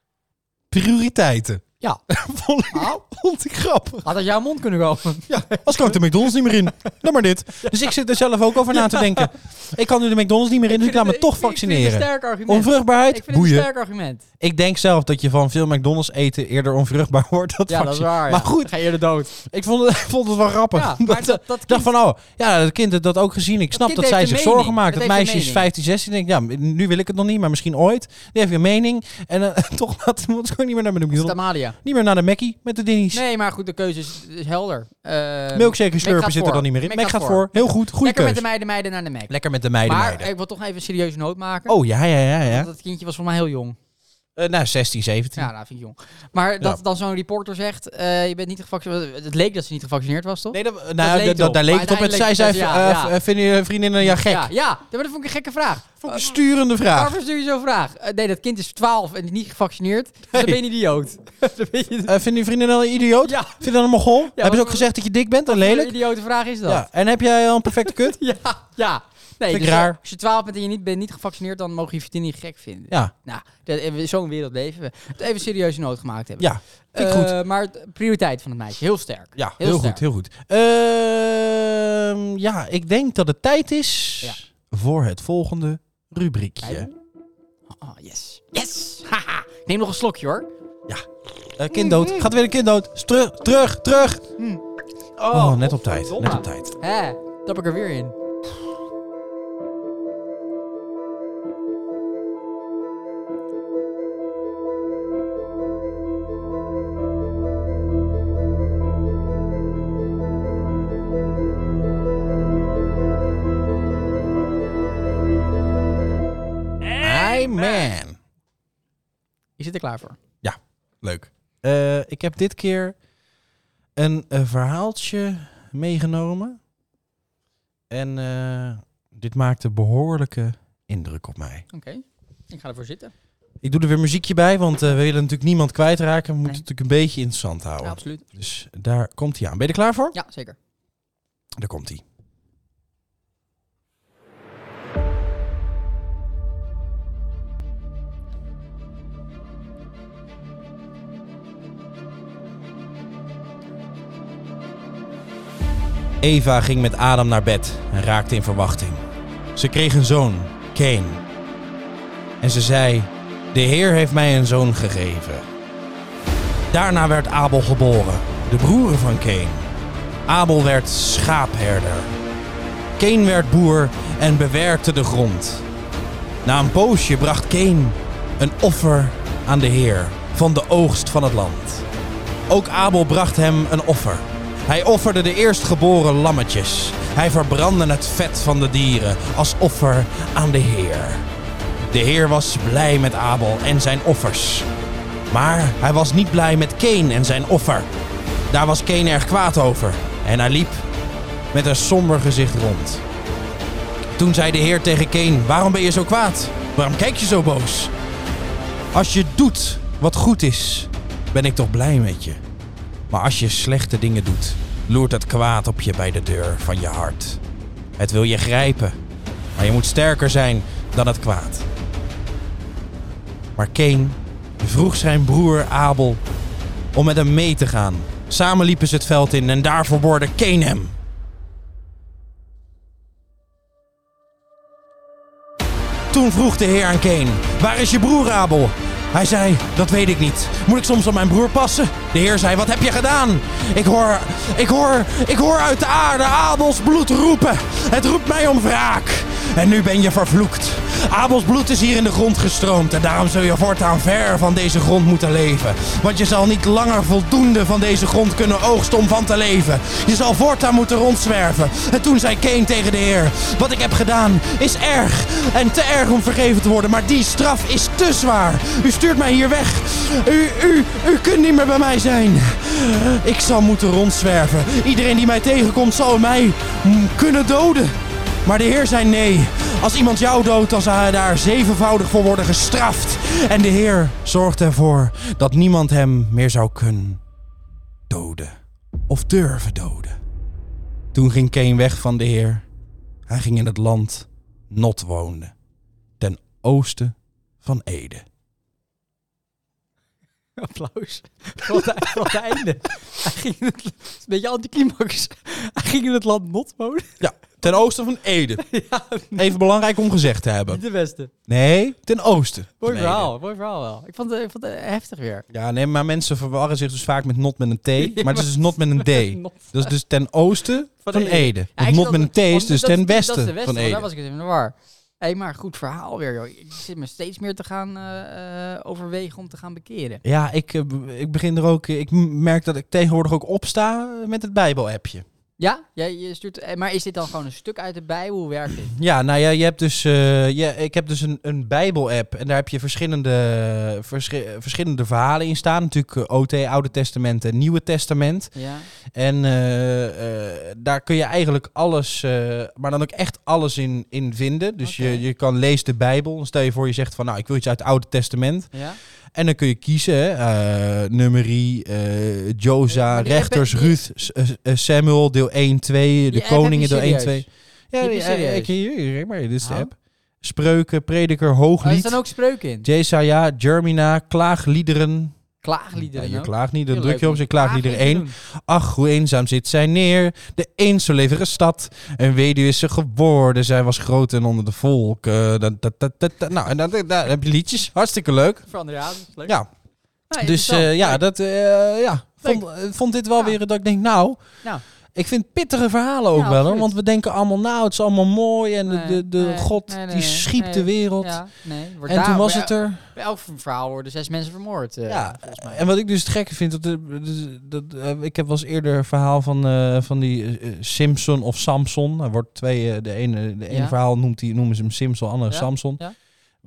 Speaker 1: Prioriteiten. (laughs)
Speaker 2: Ja.
Speaker 1: vond, ik,
Speaker 2: Nou.
Speaker 1: (laughs) vond ik grappig.
Speaker 2: Had uit jouw mond kunnen komen.
Speaker 1: Ja, als kan ik de McDonald's niet meer in. Dan maar dit. Dus ik zit er zelf ook over na te denken. Ik kan nu de McDonald's niet meer in, dus ik laat me toch
Speaker 2: Ik vind het een
Speaker 1: vaccineren.
Speaker 2: sterk argument.
Speaker 1: Onvruchtbaarheid?
Speaker 2: Ik vind het een
Speaker 1: Boeien.
Speaker 2: sterk argument.
Speaker 1: Ik denk zelf dat je van veel McDonald's eten eerder onvruchtbaar (laughs) wordt. Dat
Speaker 2: Ja, dat is
Speaker 1: vaccin.
Speaker 2: waar. ja.
Speaker 1: Maar goed,
Speaker 2: Ga je eerder dood.
Speaker 1: ik vond het, (laughs) ik vond het wel grappig.
Speaker 2: Ja, maar
Speaker 1: Dat-
Speaker 2: dat- dat
Speaker 1: ik dacht van, oh, ja, dat kind heeft dat ook gezien. Ik snap
Speaker 2: kind
Speaker 1: dat zij
Speaker 2: heeft een
Speaker 1: zich
Speaker 2: mening.
Speaker 1: zorgen maakt.
Speaker 2: Dat
Speaker 1: Dat
Speaker 2: heeft een
Speaker 1: meisje is
Speaker 2: mening.
Speaker 1: 15, 16. Denkt, ja, nu wil ik het nog niet, maar misschien ooit. Die heeft een mening. En eh, (laughs) toch laat we ons gewoon niet meer naar de McDonald's.
Speaker 2: Tamalia.
Speaker 1: Niet meer naar de Mackie met de dinnies.
Speaker 2: Nee, maar goed, de keuze is, is helder. Eh,
Speaker 1: Milkshake
Speaker 2: Mac
Speaker 1: slurpen
Speaker 2: gaat
Speaker 1: zit er
Speaker 2: voor.
Speaker 1: dan niet meer in. Mac gaat voor. Heel goed. Goede
Speaker 2: Lekker met de
Speaker 1: keuze.
Speaker 2: meiden, meiden naar de Mac.
Speaker 1: Lekker met de meiden.
Speaker 2: maar
Speaker 1: meiden.
Speaker 2: ik wil toch even een serieuze noot maken.
Speaker 1: Oh, ja, ja, ja. ja.
Speaker 2: Want Dat kindje was voor mij heel jong.
Speaker 1: Eh, nou, 16, 17.
Speaker 2: Ja, nou vind ik jong. Maar dat dan zo'n reporter zegt, eh, je bent niet gevaccineerd. Het leek dat ze niet gevaccineerd was, toch?
Speaker 1: Nee, dat,
Speaker 2: Dat
Speaker 1: nou, dat,
Speaker 2: leek erop.
Speaker 1: dat, daar leek
Speaker 2: Maar
Speaker 1: het op. En zij
Speaker 2: uiteindelijk
Speaker 1: zei,
Speaker 2: zei ze, ja,
Speaker 1: eh,
Speaker 2: ja.
Speaker 1: eh, vinden je vriendinnen ja gek?
Speaker 2: Ja, ja, maar dat vond ik een gekke vraag.
Speaker 1: Vond ik een sturende vraag.
Speaker 2: Waarvoor stuur je zo'n vraag? Eh, nee, dat kind is 12 en niet gevaccineerd. Dus dan ben je een idioot.
Speaker 1: (laughs)
Speaker 2: dan ben je
Speaker 1: Eh, vinden je vriendinnen al een idioot?
Speaker 2: Ja.
Speaker 1: Vind je dat een mogol? Hebben ze
Speaker 2: wat-
Speaker 1: ook gezegd dat je dik bent en
Speaker 2: een
Speaker 1: lelijk?
Speaker 2: idiote vraag is dat.
Speaker 1: Ja. En heb jij al een perfecte kut?
Speaker 2: (laughs) Ja, ja. Nee,
Speaker 1: Vind ik
Speaker 2: dus
Speaker 1: raar.
Speaker 2: Als je 12 bent en je niet, bent niet gevaccineerd, dan mogen je vriendinnen je gek vinden.
Speaker 1: Ja.
Speaker 2: Nou, dat- in zo'n wereld leven we. Het even serieuze nood gemaakt hebben.
Speaker 1: Ja. Vind ik
Speaker 2: Eh,
Speaker 1: goed.
Speaker 2: Maar de prioriteit van het meisje, heel sterk.
Speaker 1: Ja, heel,
Speaker 2: heel sterk.
Speaker 1: goed, heel goed. Ehm, ja, ik denk dat het tijd is
Speaker 2: Ja.
Speaker 1: voor het volgende rubriekje.
Speaker 2: Tijd? Oh, yes. Yes! (laughs) Haha. Neem nog een slokje hoor.
Speaker 1: Eh kind dood.
Speaker 2: Mm-hmm.
Speaker 1: Gaat weer een kind dood. Is Terug, terug, terug.
Speaker 2: Oh,
Speaker 1: Oh, net op tijd.
Speaker 2: godverdomme.
Speaker 1: Net op tijd.
Speaker 2: Hè, tap ik er weer in.
Speaker 1: Hey man.
Speaker 2: Je zit er klaar voor.
Speaker 1: Leuk. Eh, ik heb dit keer een eh, verhaaltje meegenomen. En eh, dit maakte behoorlijke indruk op mij.
Speaker 2: Oké. Ik ga ervoor zitten.
Speaker 1: Ik doe er weer muziekje bij, want eh, we willen natuurlijk niemand kwijtraken. We moeten
Speaker 2: Nee.
Speaker 1: het natuurlijk een beetje interessant houden.
Speaker 2: Ja, absoluut.
Speaker 1: Dus daar komt hij aan. Ben je er klaar voor?
Speaker 2: Ja,
Speaker 1: (laughs)
Speaker 2: zeker.
Speaker 1: Daar komt hij. Eva ging met Adam naar bed en raakte in verwachting. Ze kreeg een zoon, Cain. En ze zei: De Heer heeft mij een zoon gegeven. Daarna werd Abel geboren, de broer van Cain. Abel werd schaapherder. Keen werd boer en bewerkte de grond. Na een poosje bracht Keen een offer aan de Heer van de oogst van het land. Ook Abel bracht hem een offer. Hij offerde de eerstgeboren lammetjes. Hij verbrandde het vet van de dieren als offer aan de Heer. De Heer was blij met Abel en zijn offers. Maar hij was niet blij met Cain en zijn offer. Daar was Cain erg kwaad over en hij liep met een somber gezicht rond. Toen zei de Heer tegen Cain: Waarom ben je zo kwaad? Waarom kijk je zo boos? Als je doet wat goed is, ben ik toch blij met je. Maar als je slechte dingen doet, loert het kwaad op je bij de deur van je hart. Het wil je grijpen, maar je moet sterker zijn dan het kwaad. Maar Cain vroeg zijn broer Abel om met hem mee te gaan. Samen liepen ze het veld in en daar verboorde Cain hem. Toen vroeg de heer aan Cain: Waar is je broer Abel? Hij zei: Dat weet ik niet. Moet ik soms op mijn broer passen? De heer zei: Wat heb je gedaan? Ik hoor, ik hoor, ik hoor uit de aarde Abels bloed roepen. Het roept mij om wraak. En nu ben je vervloekt. Abels bloed is hier in de grond gestroomd. En daarom zul je voortaan ver van deze grond moeten leven. Want je zal niet langer voldoende van deze grond kunnen oogsten om van te leven. Je zal voortaan moeten rondzwerven. En toen zei Cain tegen de Heer: Wat ik heb gedaan is erg. En te erg om vergeven te worden. Maar die straf is te zwaar. U stuurt mij hier weg. U, u, u kunt niet meer bij mij zijn. Ik zal moeten rondzwerven. Iedereen die mij tegenkomt zal mij mm, kunnen doden. Maar de Heer zei nee. Als iemand jou doodt, dan zal hij daar zevenvoudig voor worden gestraft. En de Heer zorgde ervoor dat niemand hem meer zou kunnen doden. Of durven doden. Toen ging Cain weg van de Heer. Hij ging in het land Not woonde. Ten oosten van Ede.
Speaker 2: (laughs) Applaus. Voor het, voor het einde. (laughs) Hij ging in het, het is een beetje anticlimax. (laughs) Hij ging in het land not wonen.
Speaker 1: Ja, ten oosten van Ede.
Speaker 2: (laughs) Ja,
Speaker 1: Even belangrijk om gezegd te hebben.
Speaker 2: niet (laughs) de beste.
Speaker 1: Nee, ten oosten. van
Speaker 2: Mooi
Speaker 1: Ede.
Speaker 2: verhaal, mooi verhaal wel. Ik vond, het- ik vond het heftig weer.
Speaker 1: Ja, nee, maar mensen verwarren zich dus vaak met not met
Speaker 2: (laughs)
Speaker 1: een T. Maar het is dus not met een D.
Speaker 2: Not.
Speaker 1: Dat is dus ten
Speaker 2: (laughs)
Speaker 1: oosten van, Ede.
Speaker 2: Ja,
Speaker 1: Want
Speaker 2: ik
Speaker 1: not
Speaker 2: zat-
Speaker 1: met een T is
Speaker 2: want
Speaker 1: dus
Speaker 2: dat
Speaker 1: ten
Speaker 2: dat is ten
Speaker 1: westen van
Speaker 2: want Daar
Speaker 1: Ede.
Speaker 2: was ik dus in de war. hey, maar goed verhaal weer, joh. Ik zit me steeds meer te gaan eh, eh, overwegen om te gaan bekeren.
Speaker 1: Ja, ik, eh, b- ik begin er ook. eh, Ik m- merk dat ik tegenwoordig ook opsta eh, met het Bijbel-appje.
Speaker 2: Ja? Jij je stuurt, eh, maar is dit dan gewoon een stuk uit de Bijbel? Hoe werkt dit?
Speaker 1: (laughs) Ja, nou ja, je hebt dus, eh, ja, ik heb dus een, een Bijbel-app. En daar heb je verschillende, verschi- verschillende verhalen in staan. Natuurlijk eh, OT, Oude Testament en Nieuwe Testament.
Speaker 2: Ja.
Speaker 1: En eh, eh, daar kun je eigenlijk alles, eh, maar dan ook echt alles in, in vinden. Dus je,
Speaker 2: Oké.
Speaker 1: je kan lees de Bijbel. Dan stel je voor, je zegt van nou, ik wil iets uit het Oude Testament.
Speaker 2: ja?
Speaker 1: En dan kun je kiezen, hè, eh, nummerie, eh
Speaker 2: Eh,
Speaker 1: Joza,
Speaker 2: maar die app
Speaker 1: rechters,
Speaker 2: heb je-
Speaker 1: Ruth, S- eh, eh, Samuel, deel 1, 2, de
Speaker 2: Die app heb je
Speaker 1: koningen, deel 1,
Speaker 2: serieus?
Speaker 1: 2. Ja,
Speaker 2: Die heb je
Speaker 1: die- eh,
Speaker 2: serieus?
Speaker 1: ik hier, hier, hier, maar dit is de
Speaker 2: Oh.
Speaker 1: app. Spreuken, prediker,
Speaker 2: Oh, er
Speaker 1: hooglied,
Speaker 2: staan ook spreuken in.
Speaker 1: Jesaja, Jermina, klaagliederen. Ja,
Speaker 2: Klaagliederen
Speaker 1: je
Speaker 2: ook.
Speaker 1: klaagt niet, dan
Speaker 2: Heel
Speaker 1: druk
Speaker 2: leuk
Speaker 1: je op
Speaker 2: om
Speaker 1: ze klaagliederen 1.
Speaker 2: klaagliederen (laughs) te
Speaker 1: Ach, hoe eenzaam zit zij neer. De eenzelevige stad. Een weduwe is ze geworden. Zij was groot en onder de volken. Dat, dat, dat, dat, dat. Nou, en dan, daar heb je liedjes. Hartstikke leuk.
Speaker 2: doen. Voor andere avond, is leuk.
Speaker 1: Ja,
Speaker 2: Nou,
Speaker 1: dus
Speaker 2: interessant.
Speaker 1: eh, ja, dat, eh, ja. Vond, eh, vond dit wel
Speaker 2: Ja.
Speaker 1: weer dat ik denk, nou...
Speaker 2: Ja.
Speaker 1: Ik vind pittige verhalen ook
Speaker 2: Ja,
Speaker 1: wel, hoor,
Speaker 2: absoluut.
Speaker 1: want we denken allemaal, nou, het is allemaal mooi en de,
Speaker 2: Nee,
Speaker 1: de, de
Speaker 2: nee,
Speaker 1: God
Speaker 2: nee, nee,
Speaker 1: die
Speaker 2: nee,
Speaker 1: schiep
Speaker 2: nee.
Speaker 1: de wereld.
Speaker 2: Ja, Nou, nee. wordt
Speaker 1: En
Speaker 2: daar-
Speaker 1: toen was
Speaker 2: bij
Speaker 1: het er.
Speaker 2: el- Bij elk verhaal worden zes mensen vermoord. eh,
Speaker 1: Ja,
Speaker 2: volgens mij.
Speaker 1: En wat ik dus het gekke vind, dat, de- dat, dat, eh, ik heb wel eens eerder een verhaal van, eh, van die eh, eh, Simpson of Samson. Er wordt twee, eh, de ene, de ene
Speaker 2: Ja.
Speaker 1: verhaal noemt die, noemen ze hem Simpson, de andere
Speaker 2: Ja,
Speaker 1: Samson.
Speaker 2: ja.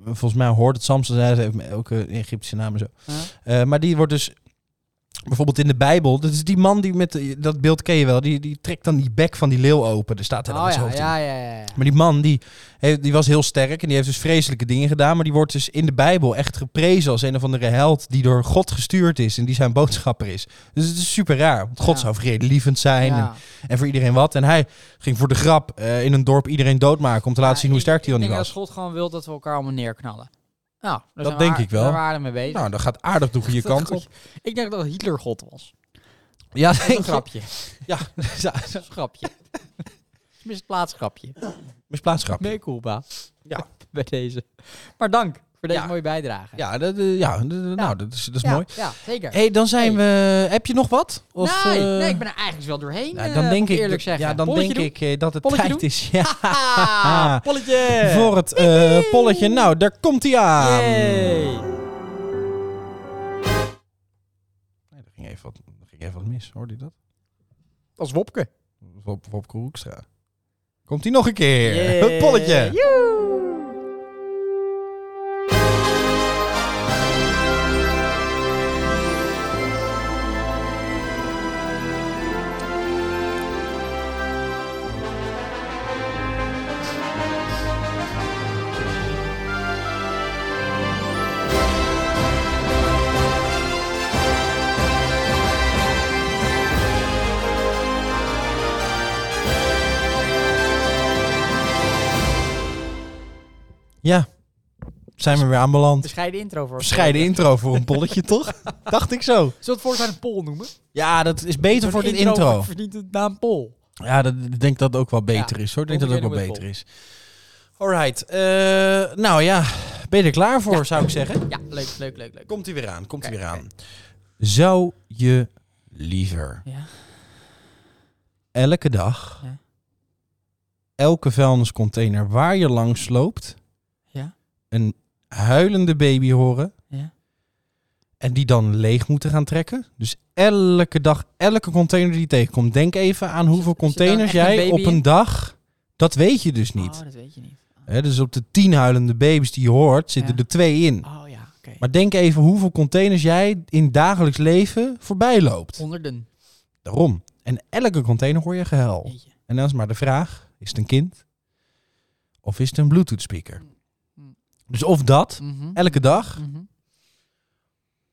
Speaker 1: Volgens mij hoort het Samson, zijn, ze heeft ook een Egyptische naam en zo.
Speaker 2: Ja.
Speaker 1: Eh, maar die wordt dus bijvoorbeeld in de Bijbel, dat is die man die met, de- dat beeld ken je wel, die, die trekt dan die bek van die leeuw open. Daar staat hij dan
Speaker 2: Oh
Speaker 1: met zijn
Speaker 2: ja,
Speaker 1: hoofd in.
Speaker 2: ja, ja, ja, ja.
Speaker 1: Maar die man, die, heeft, die was heel sterk en die heeft dus vreselijke dingen gedaan. Maar die wordt dus in de Bijbel echt geprezen als een of andere held die door God gestuurd is en die zijn boodschapper is. Dus het is super raar. Want God
Speaker 2: Ja.
Speaker 1: zou vredelievend zijn
Speaker 2: Ja.
Speaker 1: en, en voor iedereen wat. En hij ging voor de grap eh, in een dorp iedereen doodmaken om te laten zien hoe
Speaker 2: ik-
Speaker 1: sterk hij
Speaker 2: ik
Speaker 1: dan niet
Speaker 2: denk
Speaker 1: was.
Speaker 2: dat God gewoon wil dat we elkaar allemaal neerknallen. Nou, daar zijn we
Speaker 1: denk
Speaker 2: aard-
Speaker 1: ik wel.
Speaker 2: Daar waren we mee bezig.
Speaker 1: Nou, dan gaat aardig de goede
Speaker 2: Dat is
Speaker 1: kant op.
Speaker 2: goed. Ik denk dat Hitler God was.
Speaker 1: Ja,
Speaker 2: Dat is een grapje. (laughs)
Speaker 1: Ja, (laughs) ja,
Speaker 2: Dat is een grapje. Dat is een misplaatst grapje.
Speaker 1: misplaatsgrap.
Speaker 2: Meer culpa.
Speaker 1: Ja.
Speaker 2: (laughs) Bij deze. Maar dank voor deze
Speaker 1: Ja.
Speaker 2: mooie bijdrage.
Speaker 1: Ja, dat, eh, ja, dat- nou, dat is, dat is
Speaker 2: Ja,
Speaker 1: mooi.
Speaker 2: Ja, zeker.
Speaker 1: hey, dan zijn we... Heb je nog wat? Of,
Speaker 2: nee,
Speaker 1: eh,
Speaker 2: nee, ik ben er eigenlijk wel doorheen.
Speaker 1: nou,
Speaker 2: eh,
Speaker 1: dan
Speaker 2: moet
Speaker 1: denk ik,
Speaker 2: eerlijk
Speaker 1: dat-
Speaker 2: zeggen.
Speaker 1: ja, dan
Speaker 2: Polletje
Speaker 1: denk
Speaker 2: doen?
Speaker 1: ik eh, dat het
Speaker 2: Polletje
Speaker 1: tijd
Speaker 2: doen?
Speaker 1: is. (laughs)
Speaker 2: (laughs)
Speaker 1: Ja. (laughs)
Speaker 2: Ah, polletje!
Speaker 1: Voor het eh, polletje. Nou, daar komt hij aan.
Speaker 2: Yay.
Speaker 1: even wat, er ging even wat mis, hoorde je dat?
Speaker 2: Als Wopke.
Speaker 1: Wop, Wopke Hoekstra. Komt hij nog een keer?
Speaker 2: Yeah.
Speaker 1: (laughs) Het polletje. Ja, zijn we weer aanbeland.
Speaker 2: Bescheiden intro voor.
Speaker 1: Bescheiden intro voor een polletje,
Speaker 2: (laughs)
Speaker 1: toch? Dacht ik zo.
Speaker 2: Zullen we het voortaan een pol noemen?
Speaker 1: Ja, dat is beter voor dit
Speaker 2: Zo'n
Speaker 1: intro.
Speaker 2: Verdient het naam pol.
Speaker 1: Ja, dat, ik denk dat het ook wel beter
Speaker 2: Ja,
Speaker 1: is hoor. Ik denk dat het ook wel
Speaker 2: beginnen
Speaker 1: beter is. Alright. eh, nou ja, ben je er klaar voor, zou ik zeggen?
Speaker 2: Ja, leuk, leuk, leuk, leuk.
Speaker 1: Komt hij weer aan, komt hij
Speaker 2: Oké,
Speaker 1: weer
Speaker 2: oké.
Speaker 1: aan. Zou je liever
Speaker 2: Ja.
Speaker 1: elke dag,
Speaker 2: Ja.
Speaker 1: elke vuilniscontainer waar je langs loopt,
Speaker 2: Ja.
Speaker 1: een huilende baby horen
Speaker 2: Ja.
Speaker 1: en die dan leeg moeten gaan trekken? Dus elke dag, elke container die je tegenkomt, denk even aan hoeveel
Speaker 2: zit daar
Speaker 1: containers
Speaker 2: echt
Speaker 1: jij
Speaker 2: een baby
Speaker 1: op een
Speaker 2: in?
Speaker 1: dag, dat weet je dus niet.
Speaker 2: Oh, dat weet je niet.
Speaker 1: Hè, dus op de tien huilende baby's die je hoort, zitten
Speaker 2: Ja.
Speaker 1: er twee in.
Speaker 2: Oh ja, oké.
Speaker 1: Maar denk even hoeveel containers jij in dagelijks leven voorbij loopt.
Speaker 2: Honderden.
Speaker 1: Daarom. En elke container hoor je gehuil.
Speaker 2: Jeetje.
Speaker 1: En dan is maar de vraag, is het een kind? Of is het een bluetooth speaker?
Speaker 2: Mm.
Speaker 1: Dus of dat,
Speaker 2: Mhm.
Speaker 1: elke dag.
Speaker 2: Mhm.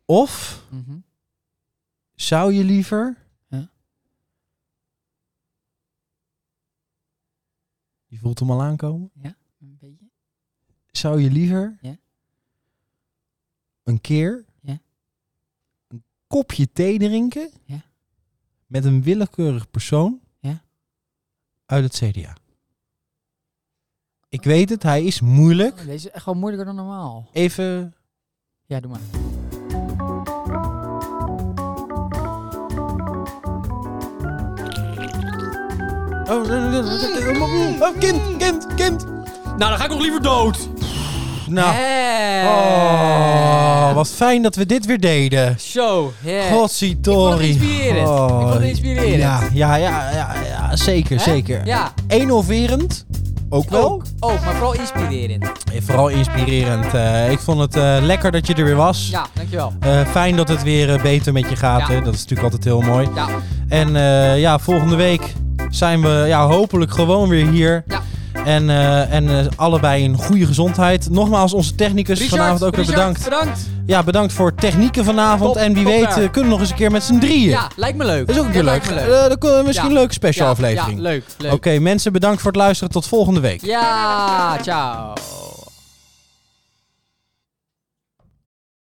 Speaker 1: Of
Speaker 2: Mhm.
Speaker 1: zou je liever...
Speaker 2: Ja.
Speaker 1: Je voelt hem al aankomen.
Speaker 2: Een beetje.
Speaker 1: Zou je liever...
Speaker 2: Ja.
Speaker 1: Een keer...
Speaker 2: Ja.
Speaker 1: Een kopje thee drinken...
Speaker 2: Ja.
Speaker 1: Met een willekeurig persoon...
Speaker 2: Ja.
Speaker 1: Uit het CDA. Ik weet het, hij is moeilijk.
Speaker 2: Oh, deze is echt wel moeilijker dan normaal.
Speaker 1: Even
Speaker 2: Ja, doe maar.
Speaker 1: Oh, kind, kind, kind.
Speaker 2: Nou, dan ga ik nog liever dood.
Speaker 1: Nou. Oh, wat fijn dat we dit weer deden.
Speaker 2: Zo, yeah.
Speaker 1: Godzietori.
Speaker 2: Eh, Ik vond het inspirerend. Ik vond het
Speaker 1: Oh,
Speaker 2: inspirerend.
Speaker 1: Ja, ja, ja, ja, ja, zeker,
Speaker 2: Hè?
Speaker 1: zeker.
Speaker 2: Ja.
Speaker 1: Innoverend. Ook wel.
Speaker 2: Ook, ook, maar vooral inspirerend.
Speaker 1: En vooral inspirerend. Eh, ik vond het eh, lekker dat je er weer was.
Speaker 2: Ja, dankjewel.
Speaker 1: Eh, fijn dat het weer eh, beter met je gaat.
Speaker 2: Ja.
Speaker 1: Hè? Dat is natuurlijk altijd heel mooi.
Speaker 2: Ja,
Speaker 1: En eh, ja, volgende week zijn we ja, hopelijk gewoon weer hier.
Speaker 2: Ja.
Speaker 1: En, eh, en eh, allebei in goede gezondheid. Nogmaals, onze technicus
Speaker 2: Richard,
Speaker 1: vanavond ook weer
Speaker 2: Richard,
Speaker 1: bedankt.
Speaker 2: Bedankt.
Speaker 1: Ja, bedankt voor technieken vanavond.
Speaker 2: Top,
Speaker 1: en wie
Speaker 2: top
Speaker 1: weet,
Speaker 2: daar.
Speaker 1: eh, kunnen we nog eens een keer met z'n drieën.
Speaker 2: Ja, lijkt me leuk. Eh,
Speaker 1: Dat is ook een keer
Speaker 2: Dat
Speaker 1: leuk.
Speaker 2: lijkt me
Speaker 1: Eh, dan kunnen we misschien
Speaker 2: Ja.
Speaker 1: een leuke special
Speaker 2: Ja,
Speaker 1: aflevering.
Speaker 2: Ja, leuk, leuk.
Speaker 1: Oké, mensen, bedankt voor het luisteren. Tot volgende week.
Speaker 2: Ja, ciao.